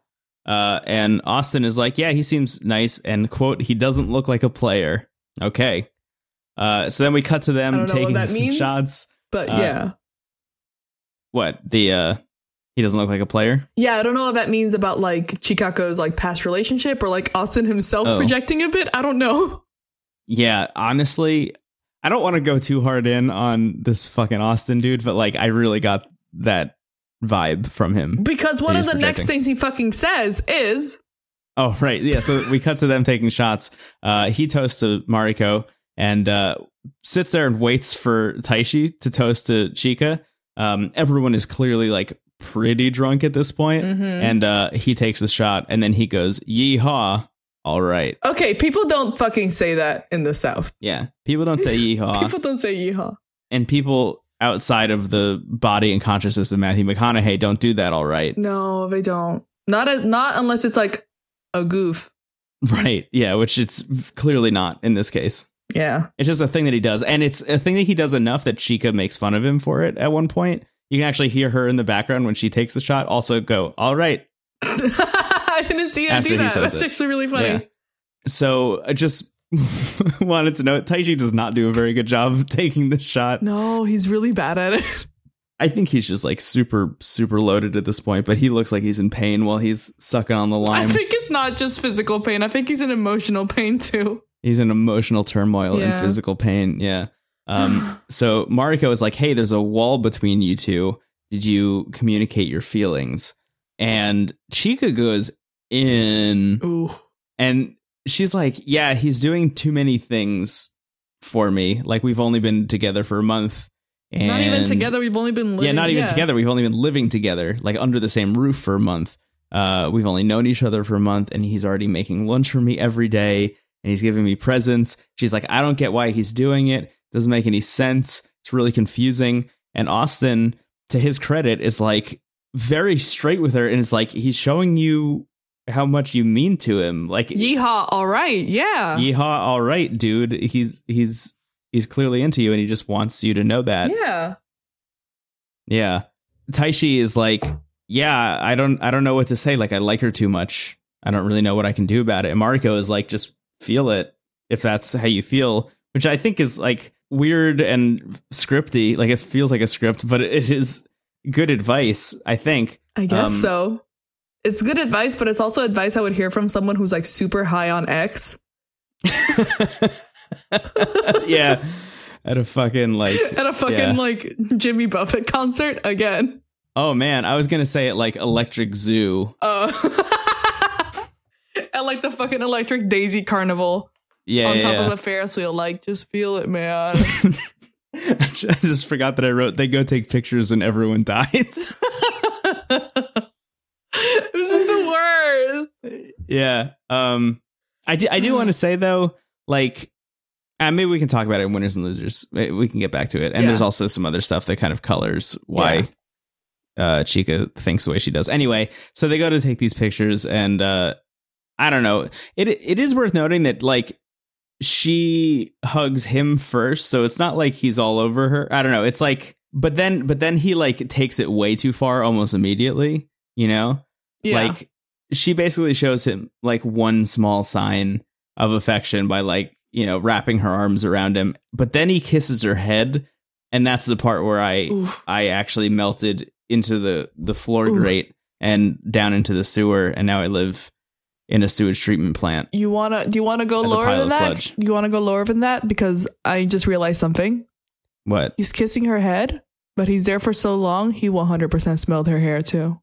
B: Uh, and Austin is like, yeah, he seems nice. And quote, he doesn't look like a player. Okay. Uh, so then we cut to
C: I
B: them
C: don't know what
B: taking
C: that
B: some
C: means.
B: shots.
C: But
B: Uh,
C: yeah.
B: What the? uh He doesn't look like a player.
C: Yeah, I don't know what that means about like Chikako's like past relationship or like Austin himself
B: Oh.
C: projecting a bit. I don't know.
B: Yeah, honestly, I don't want to go too hard in on this fucking Austin dude, but like, I really got that vibe from him.
C: Because one
B: He
C: of the
B: is
C: next
B: projecting.
C: things he fucking says is
B: Oh, right. Yeah. So we cut to them taking shots. Uh, he toasts to Mariko and uh, sits there and waits for Taishi to toast to Chika. Um, everyone is clearly like pretty drunk at this point.
C: Mm-hmm.
B: And uh, he takes the shot and then he goes, Yeehaw. All right.
C: Okay, people don't fucking say that in the South.
B: Yeah. People don't say yeehaw.
C: People don't say yeehaw.
B: and people outside of the body and consciousness of Matthew McConaughey don't do that all right.
C: No, they don't. Not a, not unless it's like a goof.
B: Right. Yeah, which it's clearly not in this case.
C: Yeah.
B: It's just a thing that he does. And it's a thing that he does enough that Chica makes fun of him for it at one point. You can actually hear her in the background when she takes the shot also go, all right.
C: I didn't see him
B: After
C: do
B: he
C: that.
B: says
C: That's
B: it.
C: actually really funny.
B: Yeah. So I just wanted to note Taichi does not do a very good job of taking this shot.
C: No, he's really bad at it.
B: I think he's just like super, super loaded at this point, but he looks like he's in pain while he's sucking on the
C: I
B: lime.
C: think it's not just physical pain. I think he's in emotional pain too.
B: He's in emotional turmoil
C: Yeah.
B: and physical pain. Yeah. Um, so Mariko is like, hey, there's a wall between you two. Did you communicate your feelings? And Chica goes in
C: Ooh.
B: and she's like, yeah, he's doing too many things for me. Like, we've only been together for a month. And
C: not even together. We've only been living.
B: yeah, not even together. We've only been living together, like under the same roof for a month. Uh, we've only known each other for a month, and he's already making lunch for me every day, and he's giving me presents. She's like, I don't get why he's doing it. Doesn't make any sense. It's really confusing. And Austin, to his credit, is like very straight with her, and it's like he's showing you how much you mean to him. Like,
C: Yeehaw! All right, yeah,
B: yeehaw, all right, dude. He's he's he's clearly into you, and he just wants you to know that.
C: yeah.
B: Yeah. Taishi is like, yeah, I don't I don't know what to say. Like I like her too much. I don't really know what I can do about it. And Mariko is like, just feel it if that's how you feel, which I think is like weird and scripty. Like it feels like a script, but it is good advice, I think.
C: I guess
B: Um,
C: so. It's good advice, but it's also advice I would hear from someone who's like super high on X
B: yeah. At a fucking like
C: at a fucking
B: Yeah.
C: like Jimmy Buffett concert again.
B: oh man, I was gonna say it like electric zoo.
C: Uh, at like the fucking Electric Daisy Carnival
B: Yeah.
C: on
B: yeah,
C: top
B: yeah.
C: of a Ferris wheel. Like, just feel it, man.
B: I just forgot that I wrote they go take pictures and everyone dies.
C: this is the worst.
B: yeah. Um I do, I do want to say though, like uh, maybe we can talk about it in winners and losers. Maybe we can get back to it. And
C: Yeah.
B: there's also some other stuff that kind of colors why uh Chica thinks the way she does. Anyway, so they go to take these pictures and uh I don't know. It it is worth noting that like she hugs him first, so it's not like he's all over her. I don't know. It's like but then but then he like takes it way too far almost immediately, you know?
C: Yeah.
B: Like she basically shows him like one small sign of affection by like, you know, wrapping her arms around him. But then he kisses her head, and that's the part where I
C: Oof.
B: I actually melted into the the floor
C: Oof.
B: grate and down into the sewer and now I live in a sewage treatment plant.
C: You wanna? Do you wanna go
B: As a
C: lower
B: pile
C: than
B: of
C: that?
B: sludge.
C: You wanna go lower than that? Because I just realized something.
B: What?
C: He's kissing her head, but he's there for so long, he 100% smelled her hair too.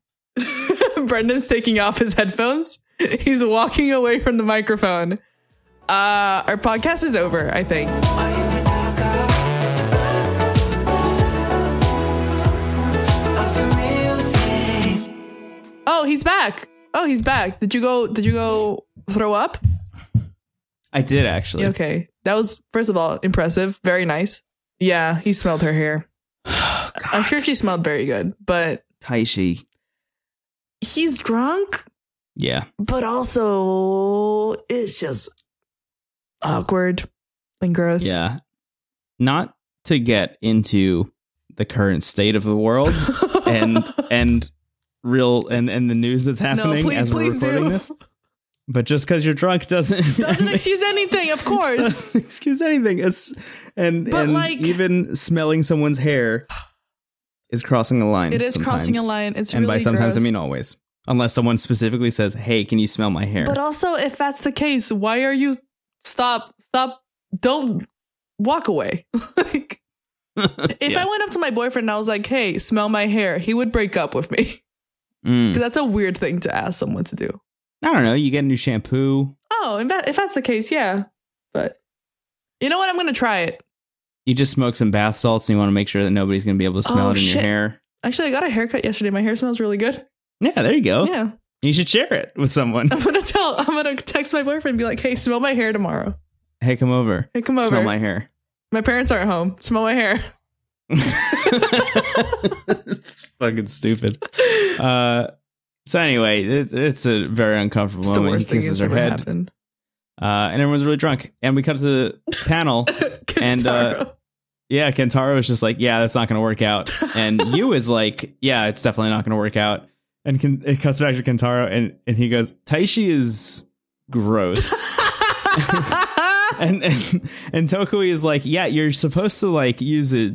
C: Brendan's taking off his headphones. He's walking away from the microphone. Uh, our podcast is over, I think.
A: Are you an alcohol? Of the real thing.
C: Oh, he's back. Oh, he's back. Did you go? Did you go throw up?
B: I did actually.
C: Okay, that was first of all impressive. Very nice. Yeah, he smelled her hair. I'm sure she smelled very good, but
B: Taishi.
C: he's drunk.
B: Yeah.
C: but also it's just awkward and gross.
B: Yeah. Not to get into the current state of the world, and and real and and the news that's happening
C: please-
B: as we're
C: please
B: recording
C: do.
B: this. But just because you're drunk doesn't
C: Doesn't excuse anything, of course.
B: doesn't excuse anything. It's, and
C: But,
B: and
C: like-
B: even smelling someone's hair is crossing a line.
C: It is crossing a
B: sometimes.
C: line. It's
B: and
C: really
B: by sometimes
C: gross.
B: I mean always, unless someone specifically says, "Hey, can you smell my hair?"
C: But also, if that's the case, why are you stop stop? Don't walk away. like, if
B: Yeah.
C: I went up to my boyfriend and I was like, "Hey, smell my hair," he would break up with me. 'Cause
B: Mm.
C: that's a weird thing to ask someone to do.
B: I don't know. You get a new shampoo.
C: Oh, if, that, if that's the case, yeah. But you know what? I'm gonna try it.
B: You just smoke some bath salts, and you want to make sure that nobody's going to be able to smell
C: Oh,
B: it in your
C: shit.
B: hair.
C: Actually, I got a haircut yesterday. My hair smells really good.
B: Yeah, there you go.
C: Yeah,
B: You should share it with someone.
C: I'm gonna tell. I'm gonna text my boyfriend and be like, "Hey, smell my hair tomorrow.
B: hey, come over.
C: Hey, come over.
B: Smell my hair.
C: my parents aren't home. Smell my hair."
B: it's fucking stupid. Uh, so anyway, it, it's a very uncomfortable
C: It's the
B: moment.
C: worst
B: he
C: thing that's
B: kisses her
C: ever
B: head,
C: happened.
B: uh, and everyone's really drunk. And we cut to the panel. And, uh,
C: Kentaro.
B: yeah, Kentaro is just like, yeah, that's not going to work out. And you is like, yeah, it's definitely not going to work out. And Ken, it cuts back to Kentaro, and and he goes, Taishi is gross. and and and Tokui is like, yeah, you're supposed to like use it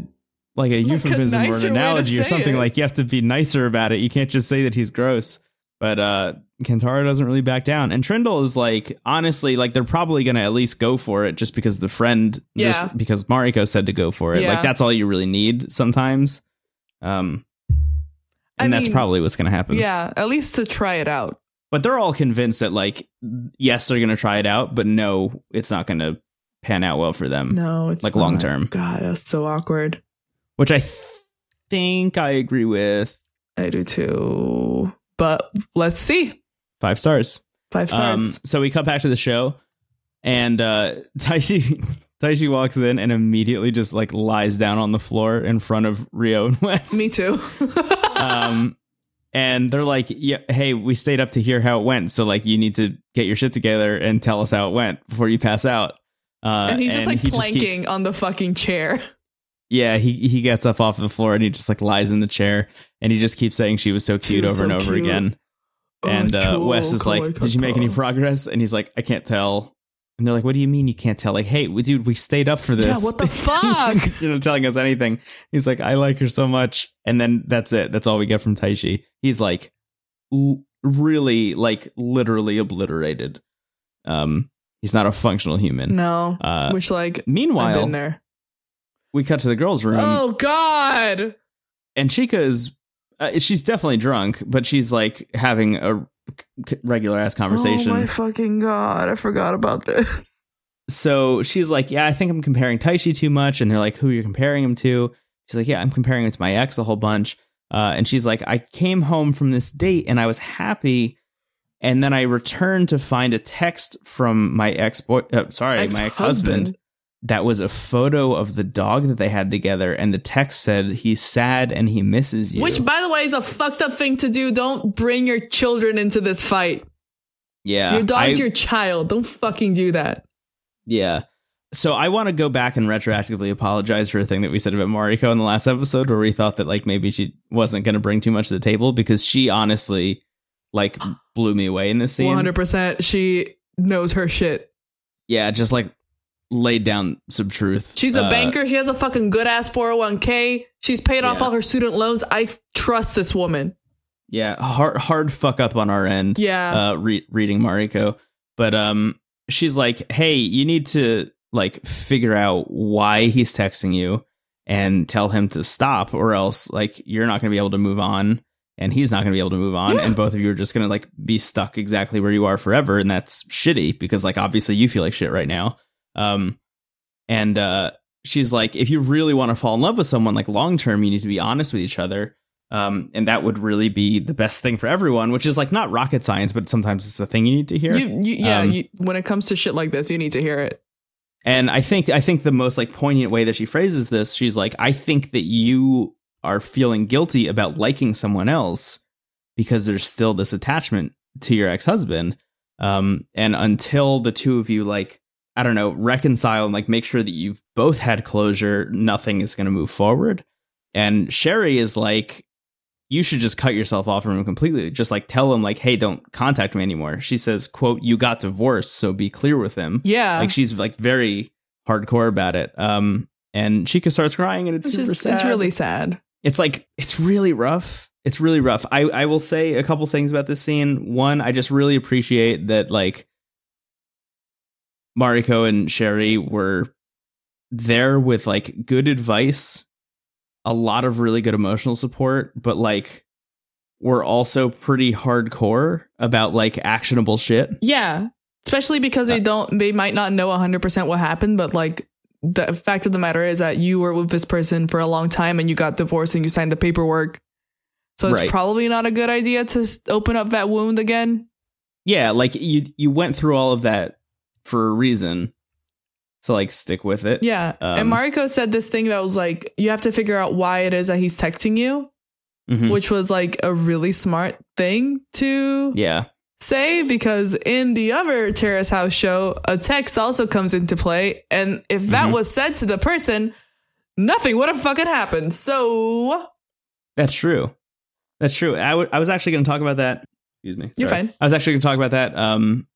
B: like a euphemism or an
C: nicer way to
B: analogy or
C: say
B: something.
C: it.
B: Like you have to be nicer about it. You can't just say that he's gross. But uh Kentaro doesn't really back down. And Trindle is like, honestly, like they're probably gonna at least go for it just because the friend
C: Yeah.
B: just because Mariko said to go for it.
C: Yeah.
B: Like that's all you really need sometimes. Um
C: I
B: and that's
C: mean,
B: probably what's gonna happen.
C: yeah, at least to try it out.
B: But they're all convinced that like yes, they're gonna try it out, but no, it's not gonna pan out well for them.
C: No, it's
B: Like, long
C: not.
B: term.
C: God, that's so awkward.
B: which I th- think I agree with.
C: I do too. But let's see.
B: Five stars.
C: Five
B: Um,
C: stars.
B: so we cut back to the show, and uh, Taishi Taishi walks in and immediately just like lies down on the floor in front of Rio and Wes.
C: Me too.
B: Um, and they're like, "Yeah, hey, we stayed up to hear how it went. So like, you need to get your shit together and tell us how it went before you pass out." Uh,
C: and he's just like
B: he
C: planking
B: keeps-
C: on the fucking chair.
B: yeah, he he gets up off the floor and he just like lies in the chair and he just keeps saying she was so
C: She
B: cute
C: was
B: over
C: so
B: and over
C: cute.
B: again. and uh,
C: Oh,
B: Wes is
C: cool,
B: like,
C: cool,
B: "Did you make any
C: cool.
B: progress?" And he's like, "I can't tell." And they're like, "What do you mean you can't tell?" Like, "Hey, we- dude, we stayed up for this.
C: Yeah, what the fuck?
B: You're not telling us anything." He's like, "I like her so much," and then that's it. That's all we get from Taishi. He's like, l- really, like, literally obliterated. Um, he's not a functional human.
C: No.
B: Uh,
C: Which like I've
B: meanwhile,
C: been there.
B: we cut to the girls' room,
C: oh God.
B: and Chica is. Uh, she's definitely drunk, but she's like having a regular ass conversation.
C: Oh my fucking God. I forgot about this.
B: so she's like, Yeah, I think I'm comparing Taishi too much. And they're like, Who are you comparing him to? She's like, Yeah, I'm comparing him to my ex a whole bunch. Uh, and she's like, I came home from this date and I was happy. And then I returned to find a text from my ex boy, uh, sorry, my ex husband. That was a photo of the dog that they had together. And the text said, He's sad and he misses you.
C: Which, by the way, is a fucked up thing to do. Don't bring your children into this fight.
B: yeah.
C: your dog's
B: I-
C: your child. Don't fucking do that.
B: Yeah. So I want to go back and retroactively apologize for a thing that we said about Mariko in the last episode where we thought that like maybe she wasn't going to bring too much to the table because she honestly like blew me away in this scene.
C: One hundred percent. She knows her shit.
B: Yeah, just like laid down some truth.
C: She's a
B: Uh,
C: banker. She has a fucking good ass four hundred one k. She's paid off
B: Yeah.
C: all her student loans. I f- trust this woman.
B: Yeah, hard hard fuck up on our end.
C: Yeah.
B: uh, re- reading Mariko, but um, she's like, "Hey, you need to like figure out why he's texting you and tell him to stop, or else like you're not going to be able to move on, and he's not going to be able to move on,
C: Yeah.
B: and both of you are just going to like be stuck exactly where you are forever, and that's shitty because like obviously you feel like shit right now." Um, and uh, she's like, "If you really want to fall in love with someone, like long term, you need to be honest with each other." um, and that would really be the best thing for everyone, which is like not rocket science, but sometimes it's the thing you need to hear.
C: You, you, yeah.
B: Um,
C: you, when it comes to shit like this, you need to hear it.
B: and I think I think the most like poignant way that she phrases this, she's like, I think that you are feeling guilty about liking someone else because there's still this attachment to your ex husband, um, and until the two of you like I don't know reconcile and like make sure that you've both had closure, nothing is going to move forward. And Sherry is like, you should just cut yourself off from him completely. Just like tell him like, hey, don't contact me anymore. She says, quote, you got divorced, so be clear with him.
C: Yeah.
B: Like she's like very hardcore about it. Um and Chica starts crying and it's
C: Which
B: super
C: is,
B: sad.
C: it's really sad.
B: it's like it's really rough. It's really rough. I, I will say a couple things about this scene. One, I just really appreciate that like Mariko and Sherry were there with like good advice, a lot of really good emotional support, but like were also pretty hardcore about like actionable shit.
C: Yeah. Especially because
B: Uh,
C: they don't, they might not know 100% what happened, but like the fact of the matter is that you were with this person for a long time and you got divorced and you signed the paperwork. So it's
B: Right.
C: probably not a good idea to s- open up that wound again.
B: Yeah, like you you went through all of that for a reason. So like stick with it.
C: Yeah.
B: Um,
C: and Mariko said this thing that was like, you have to figure out why it is that he's texting you,
B: Mhm.
C: which was like a really smart thing to
B: Yeah.
C: say because in the other Terrace House show, a text also comes into play. And if that
B: Mhm.
C: was said to the person, nothing would have fucking happened. So
B: That's true. That's true. I w- I was actually going to talk about that. Excuse me.
C: You're
B: Sorry.
C: fine.
B: I was actually going to talk about that um,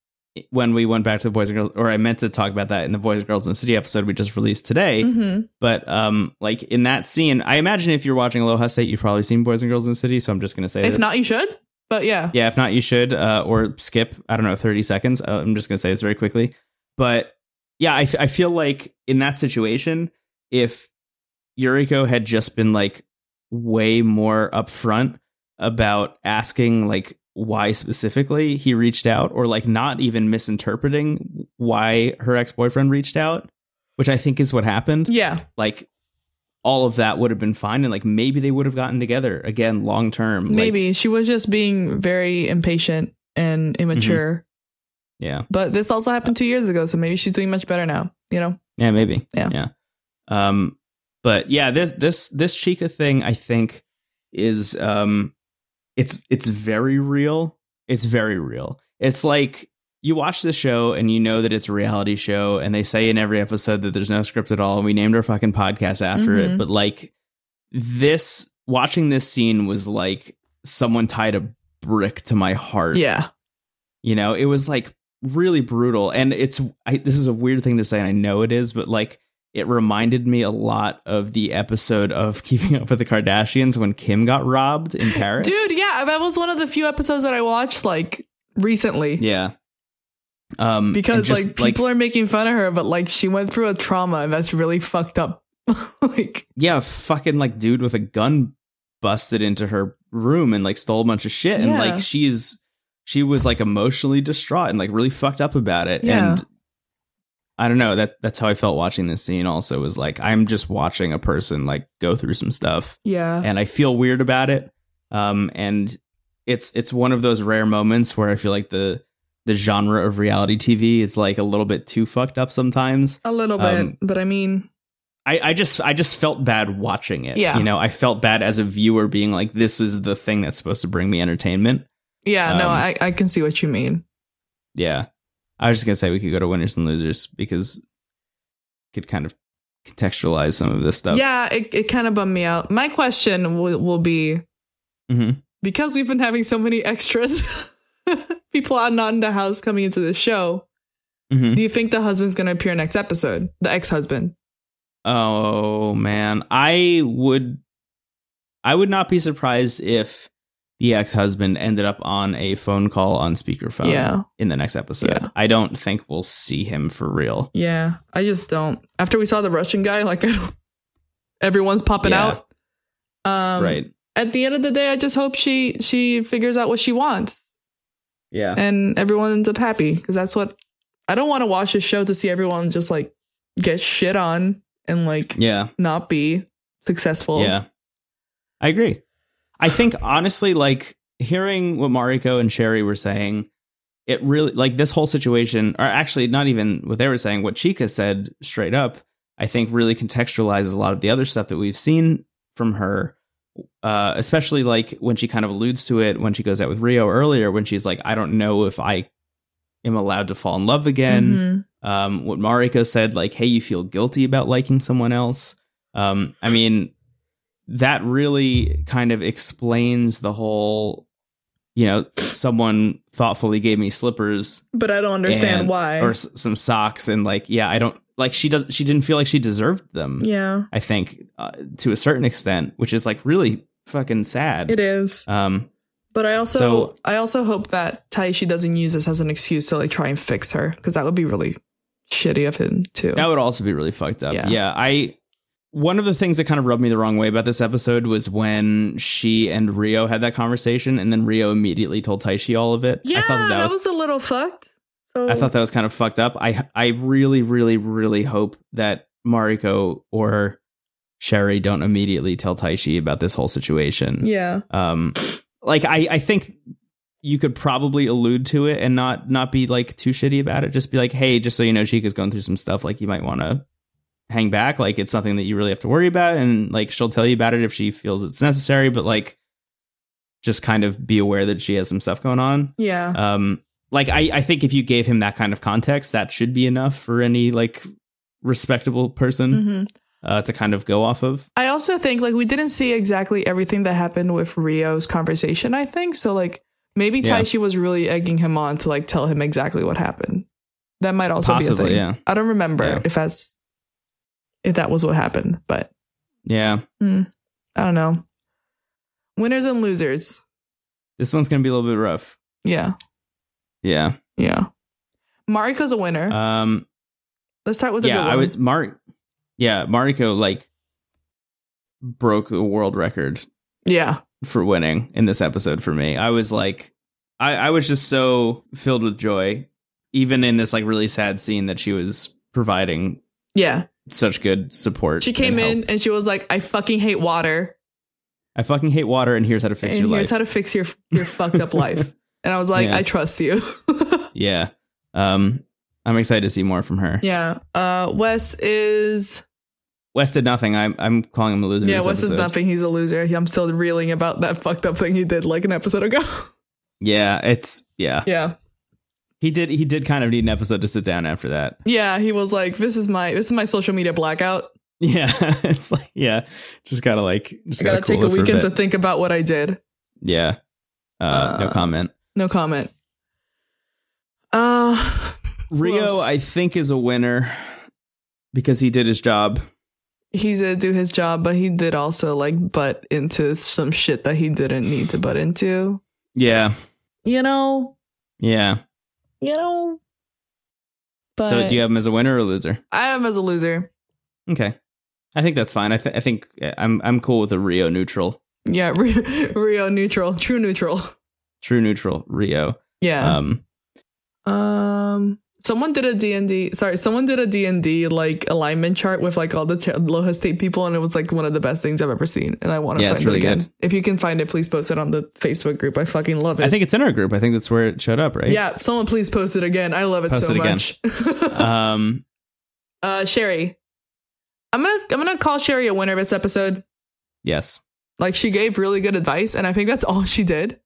B: when we went back to the Boys and Girls, or I meant to talk about that in the Boys and Girls in the City episode we just released today.
C: mhm.
B: But um, like in that scene, I imagine if you're watching Aloha State, you've probably seen Boys and Girls in the City. So I'm just going to say
C: if
B: this.
C: not, you should. But yeah.
B: yeah, if not, you should uh, or skip. I don't know, thirty seconds. Uh, I'm just gonna say this very quickly, but yeah, I, f- I feel like in that situation, if Yuriko had just been like way more upfront about asking like why specifically he reached out, or like not even misinterpreting why her ex boyfriend reached out, which I think is what happened
C: Yeah.
B: like all of that would have been fine and like maybe they would have gotten together again long term
C: Maybe she was just being very impatient and immature.
B: yeah
C: But this also happened two years ago. So maybe she's doing much better now, you know?
B: yeah maybe
C: Yeah.
B: yeah um but yeah this this this chica thing i think is um it's it's very real it's very real it's like you watch the show and you know that it's a reality show and they say in every episode that there's no script at all and we named our fucking podcast after it
C: Mhm.
B: but like this watching this scene was like someone tied a brick to my heart
C: Yeah.
B: you know it was like really brutal and it's I, this is a weird thing to say and i know it is but like it reminded me a lot of the episode of keeping up with the kardashians when kim got robbed in paris
C: Dude, yeah. That was one of the few episodes that I watched like recently.
B: yeah um and
C: because
B: just,
C: like people are making fun of her but like she went through a trauma and that's really fucked up like
B: yeah a fucking like dude with a gun busted into her room and like stole a bunch of shit and
C: Yeah.
B: like she's she was like emotionally distraught and like really fucked up about it
C: Yeah.
B: and i don't know that that's how i felt watching this scene also was like i'm just watching a person like go through some stuff
C: yeah
B: and i feel weird about it um and it's it's one of those rare moments where i feel like the the genre of reality tv is like a little bit too fucked up sometimes
C: a little bit
B: Um,
C: but i mean
B: I, I just I just felt bad watching it.
C: Yeah.
B: You know, I felt bad as a viewer being like, this is the thing that's supposed to bring me entertainment.
C: yeah no
B: um,
C: I, I can see what you mean
B: Yeah. I was just gonna say we could go to winners and losers because it could kind of contextualize some of this stuff.
C: yeah it, it kind of bummed me out my question will, will be
B: hmm
C: because we've been having so many extras people are not in the house coming into the show
B: hmm
C: do you think the husband's going to appear next episode the ex-husband
B: Oh man. I would I would not be surprised if the ex husband ended up on a phone call on speakerphone
C: Yeah.
B: in the next episode.
C: Yeah.
B: I don't think we'll see him for real.
C: yeah i just don't after we saw the russian guy like i don't everyone's popping
B: Yeah.
C: out um
B: right.
C: at the end of the day, I just hope she she figures out what she wants
B: Yeah.
C: and everyone ends up happy because that's what I don't want to watch a show to see everyone just like get shit on and like
B: yeah.
C: not be successful.
B: Yeah. I agree. I think honestly, like hearing what Mariko and Sherry were saying, it really like this whole situation, or actually not even what they were saying, what Chica said straight up, I think really contextualizes a lot of the other stuff that we've seen from her. Uh, especially like when she kind of alludes to it when she goes out with Rio earlier, when she's like, I don't know if I am allowed to fall in love again
C: Mhm.
B: um, what Mariko said, like, hey, you feel guilty about liking someone else. Um, I mean, that really kind of explains the whole, you know, someone thoughtfully gave me slippers
C: but I don't understand
B: and-
C: why.
B: or s- some socks and like yeah i don't like she does she didn't feel like she deserved them
C: yeah,
B: i think uh, to a certain extent which is like really fucking sad
C: it is.
B: um
C: But I also
B: So-
C: I also hope that Taishi doesn't use this as an excuse to like try and fix her because that would be really shitty of him too.
B: that would also be really fucked up
C: Yeah.
B: yeah. i one of the things that kind of rubbed me the wrong way about this episode was when she and rio had that conversation and then rio immediately told taishi all of it
C: yeah,
B: i thought that,
C: that,
B: was,
C: was, a little fucked. So
B: i thought that was kind of fucked up i i really really really hope that mariko or sherry don't immediately tell taishi about this whole situation
C: yeah,
B: um like i i think you could probably allude to it and not not be like too shitty about it just be like hey just so you know chica's going through some stuff like you might want to hang back like it's something that you really have to worry about and like she'll tell you about it if she feels it's necessary but like just kind of be aware that she has some stuff going on
C: yeah,
B: um like i i think if you gave him that kind of context that should be enough for any like respectable person
C: hmm
B: uh to kind of go off of
C: I also think like we didn't see exactly everything that happened with Rio's conversation, I think. So like maybe
B: Yeah.
C: Taishi was really egging him on to like tell him exactly what happened. That might also be a
B: Possibly,
C: thing.
B: yeah.
C: I don't remember
B: Yeah.
C: if that's if that was what happened, but hmm,
B: yeah
C: I don't know. Winners and losers.
B: this one's gonna be a little bit rough
C: Yeah.
B: yeah
C: Yeah. Mariko's a winner.
B: um
C: Let's start with the
B: yeah,
C: good
B: I
C: ones.
B: was Mark. Yeah, Mariko like broke a world record
C: yeah.
B: for winning in this episode for me. I was like, I, I was just so filled with joy, even in this like really sad scene that she was providing
C: Yeah.
B: such good support.
C: She came
B: and help.
C: in and she was like, I fucking hate water.
B: I fucking hate water, and here's how to fix
C: and
B: your
C: here's
B: life.
C: how to fix your your fucked up life. And I was like,
B: Yeah.
C: I trust you.
B: yeah, um, I'm excited to see more from her.
C: yeah. Uh Wes is
B: West did nothing. I'm I'm calling him a loser.
C: Yeah,
B: this
C: Wes is
B: episode.
C: nothing. He's a loser. He- I'm still reeling about that fucked up thing he did like an episode ago.
B: Yeah, it's yeah.
C: yeah.
B: He did he did kind of need an episode to sit down after that.
C: Yeah. He was like, This is my this is my social media blackout.
B: Yeah, it's like yeah, just gotta like just
C: I gotta, take a
B: cool it for
C: weekend to
B: bit.
C: think about what I did.
B: yeah. Uh, no
C: Uh,
B: comment.
C: No comment. Uh
B: Rio,
C: else?
B: I think, is a winner because he did his job.
C: he did do his job, but he did also like butt into some shit that he didn't need to butt into.
B: Yeah,
C: You know,
B: yeah.
C: you know. But
B: so, do you have him as a winner or a loser?
C: I have him as a loser.
B: Okay, I think that's fine. I, th- I think uh, I'm I'm cool with a Rio neutral,
C: Yeah, Rio, Rio neutral, true neutral.
B: true neutral Rio.
C: Yeah.
B: Um,
C: Um, someone did a D&D, sorry, someone did a D&D like alignment chart with like all the ter- Loja State people and it was like one of the best things I've ever seen and I want to
B: Yeah,
C: find
B: it's really
C: it again.
B: good.
C: If you can find it, please post it on the Facebook group. I fucking love it.
B: I think it's in our group. I think that's where it showed up, right?
C: yeah, someone please post it again. I love it
B: Post
C: so
B: it again.
C: much.
B: Um,
C: Uh, Sherry, I'm gonna I'm gonna call Sherry a winner this episode.
B: yes.
C: Like she gave really good advice, and I think that's all she did.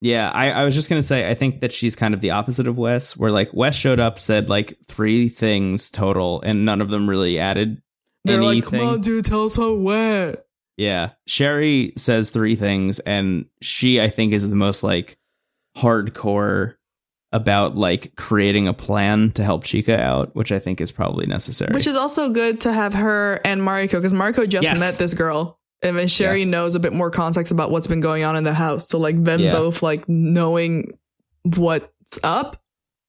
B: Yeah, I, I was just gonna say I think that she's kind of the opposite of Wes, where like Wes showed up, said like three things total, and none of them really added
C: They're like,
B: anything.
C: "Come on, dude, tell us how wet."
B: yeah. Sherry says three things, and she I think is the most like hardcore about like creating a plan to help Chica out, which I think is probably necessary.
C: Which is also good to have her and Mariko because Mariko just
B: Yes.
C: met this girl, and then Sherry
B: Yes.
C: knows a bit more context about what's been going on in the house. So like them
B: Yeah.
C: both like knowing what's up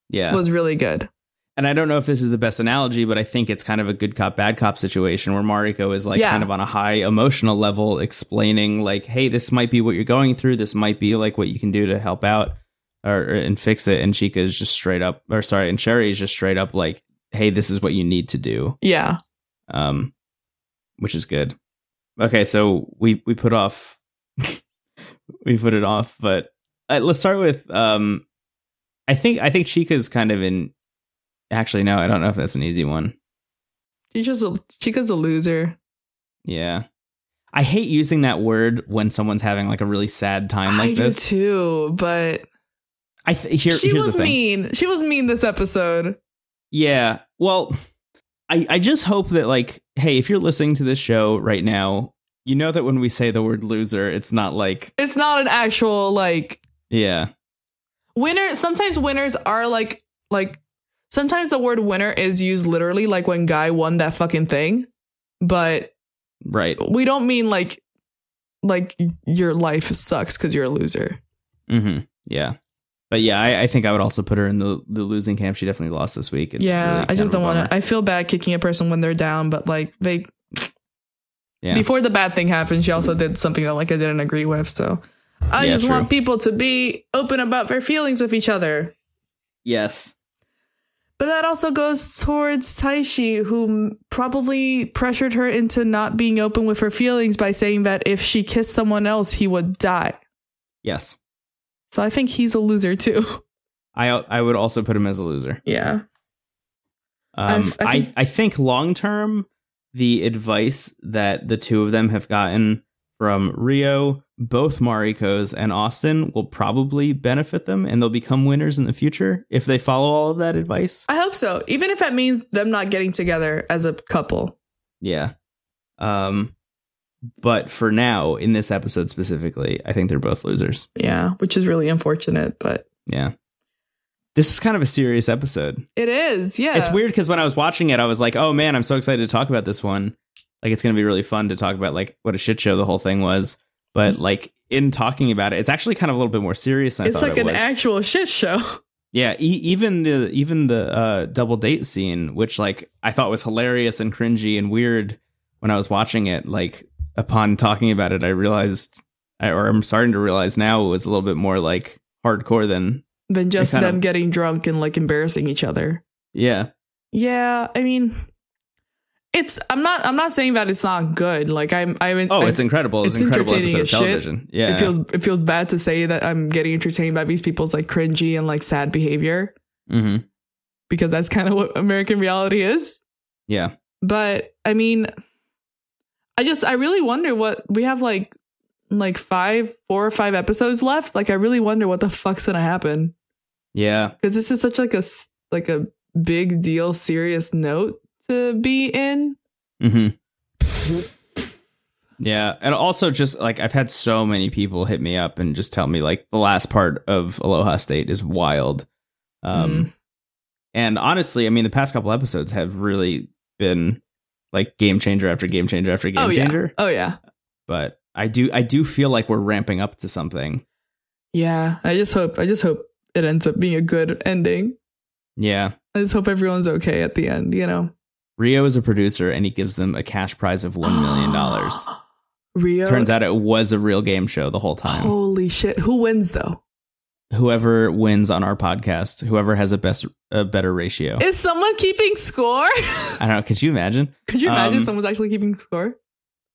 B: yeah.
C: was really good.
B: and I don't know if this is the best analogy, but I think it's kind of a good cop, bad cop situation where Mariko is like
C: Yeah.
B: kind of on a high emotional level explaining, like, hey, this might be what you're going through. This might be like what you can do to help out or, or- and fix it. And Chica is just straight up, or sorry, and Sherry is just straight up like, hey, this is what you need to do,
C: Yeah,
B: um, which is good. Okay, so we, we put off, we put it off, but uh, let's start with, um, I think, I think Chica's kind of in, actually, no, I don't know if that's an easy one.
C: she's just a, Chica's a loser.
B: Yeah. I hate using that word when someone's having like a really sad time like
C: I
B: this.
C: do too, but
B: I th- here,
C: she
B: here's
C: was
B: the thing.
C: mean. She was mean this episode.
B: Yeah. Well, I I just hope that like, hey, if you're listening to this show right now, you know that when we say the word loser, it's not like
C: It's not an actual like
B: yeah,
C: winner. Sometimes winners are like like sometimes the word winner is used literally like when guy won that fucking thing, but
B: right.
C: we don't mean like like your life sucks because you're a loser.
B: Mm-hmm. Yeah. But yeah, I, I think I would also put her in the, the losing camp. She definitely lost this week. It's
C: yeah,
B: really
C: I
B: kind of
C: just
B: a
C: don't want
B: bummer.
C: to. I feel bad kicking a person when they're down, but like they.
B: Yeah.
C: Before the bad thing happened, she also did something that like I didn't agree with. So, I
B: Yeah,
C: just want
B: true.
C: people to be open about their feelings with each other.
B: Yes.
C: But that also goes towards Taishi, who m- probably pressured her into not being open with her feelings by saying that if she kissed someone else, he would die.
B: Yes.
C: So I think he's a loser too.
B: I I would also put him as a loser.
C: Yeah.
B: Um,
C: I've- I
B: I I
C: think-
B: think, long term, the advice that the two of them have gotten from Rio, both Mariko's and Austin, will probably benefit them, and they'll become winners in the future if they follow all of that advice.
C: I hope so. Even if that means them not getting together as a couple.
B: Yeah. Um, but for now, in this episode specifically, I think they're both losers.
C: Yeah, which is really unfortunate, but
B: Yeah. This is kind of a serious episode.
C: it is. Yeah.
B: It's weird because when I was watching it, I was like, oh man, I'm so excited to talk about this one. Like, it's going to be really fun to talk about, like, what a shit show the whole thing was. But, like, in talking about it, it's actually kind of a little bit more serious than I
C: Mm-hmm. It's
B: thought
C: like
B: it
C: an
B: was.
C: actual shit show.
B: yeah, e- even the even the uh, double date scene, which like I thought was hilarious and cringy and weird when I was watching it. Like upon talking about it, I realized, I, or I'm starting to realize now, it was a little bit more like hardcore than
C: Than just
B: kind
C: them
B: of-
C: getting drunk and like embarrassing each other.
B: yeah.
C: Yeah, I mean it's I'm not I'm not saying that it's not good. Like I'm I'm
B: Oh,
C: I'm-
B: it's incredible! It's,
C: it's
B: an incredible
C: entertaining
B: episode of
C: as shit.
B: television. Yeah,
C: it feels it feels bad to say that I'm getting entertained by these people's like cringy and like sad behavior
B: hmm
C: because that's kind of what American reality is.
B: yeah,
C: But I mean I just I really wonder what we have like like five, four or five episodes left. Like I really wonder what the fuck's gonna happen.
B: yeah.
C: because this is such like a s- like a big deal serious note to be in
B: hmm Mm-hmm. Yeah, and also just like I've had so many people hit me up and just tell me like the last part of Aloha State is wild. Um
C: Mm.
B: and honestly, I mean the past couple episodes have really been like game changer after game changer after game
C: oh yeah
B: changer,
C: oh yeah
B: but I do I do feel like we're ramping up to something.
C: yeah i just hope i just hope it ends up being a good ending
B: Yeah.
C: i just hope everyone's okay at the end you know
B: Rio is a producer and he gives them a cash prize of 1 million dollars.
C: rio
B: Turns out it was a real game show the whole time.
C: holy shit who wins though
B: whoever wins on our podcast, whoever has a best a better ratio.
C: is someone keeping score
B: I don't know. Could you imagine?
C: could you imagine
B: Um,
C: someone's actually keeping score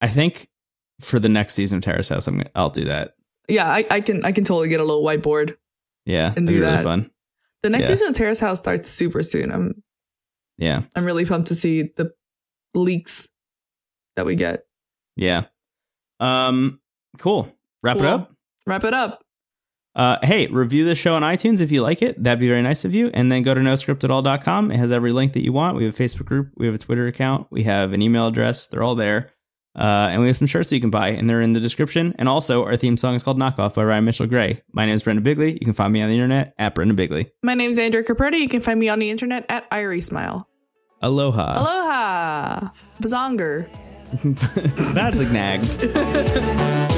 B: I think for the next season of Terrace House, I'm gonna, I'll do that.
C: yeah I, I can i can totally get a little whiteboard
B: Yeah,
C: And
B: that'd be
C: do
B: really
C: that.
B: fun.
C: the next
B: Yeah.
C: season of terrace house starts super soon i'm
B: Yeah,
C: i'm really pumped to see the leaks that we get
B: yeah. Um, cool. Wrap
C: Cool.
B: it up.
C: wrap it up
B: Uh, hey, review the show on iTunes if you like it. That'd be very nice of you. And then go to noscriptatall.com. It has every link that you want. We have a Facebook group. We have a Twitter account. We have an email address. They're all there. Uh, and we have some shirts that you can buy, and they're in the description. And also, our theme song is called Knockoff by Ryan Mitchell Gray. My name is Brendan Bigley. You can find me on the internet at Brendan Bigley.
C: My name's Andrew Caperta. You can find me on the internet at Irie Smile.
B: Aloha.
C: Aloha! Bazonger.
B: That's a nag.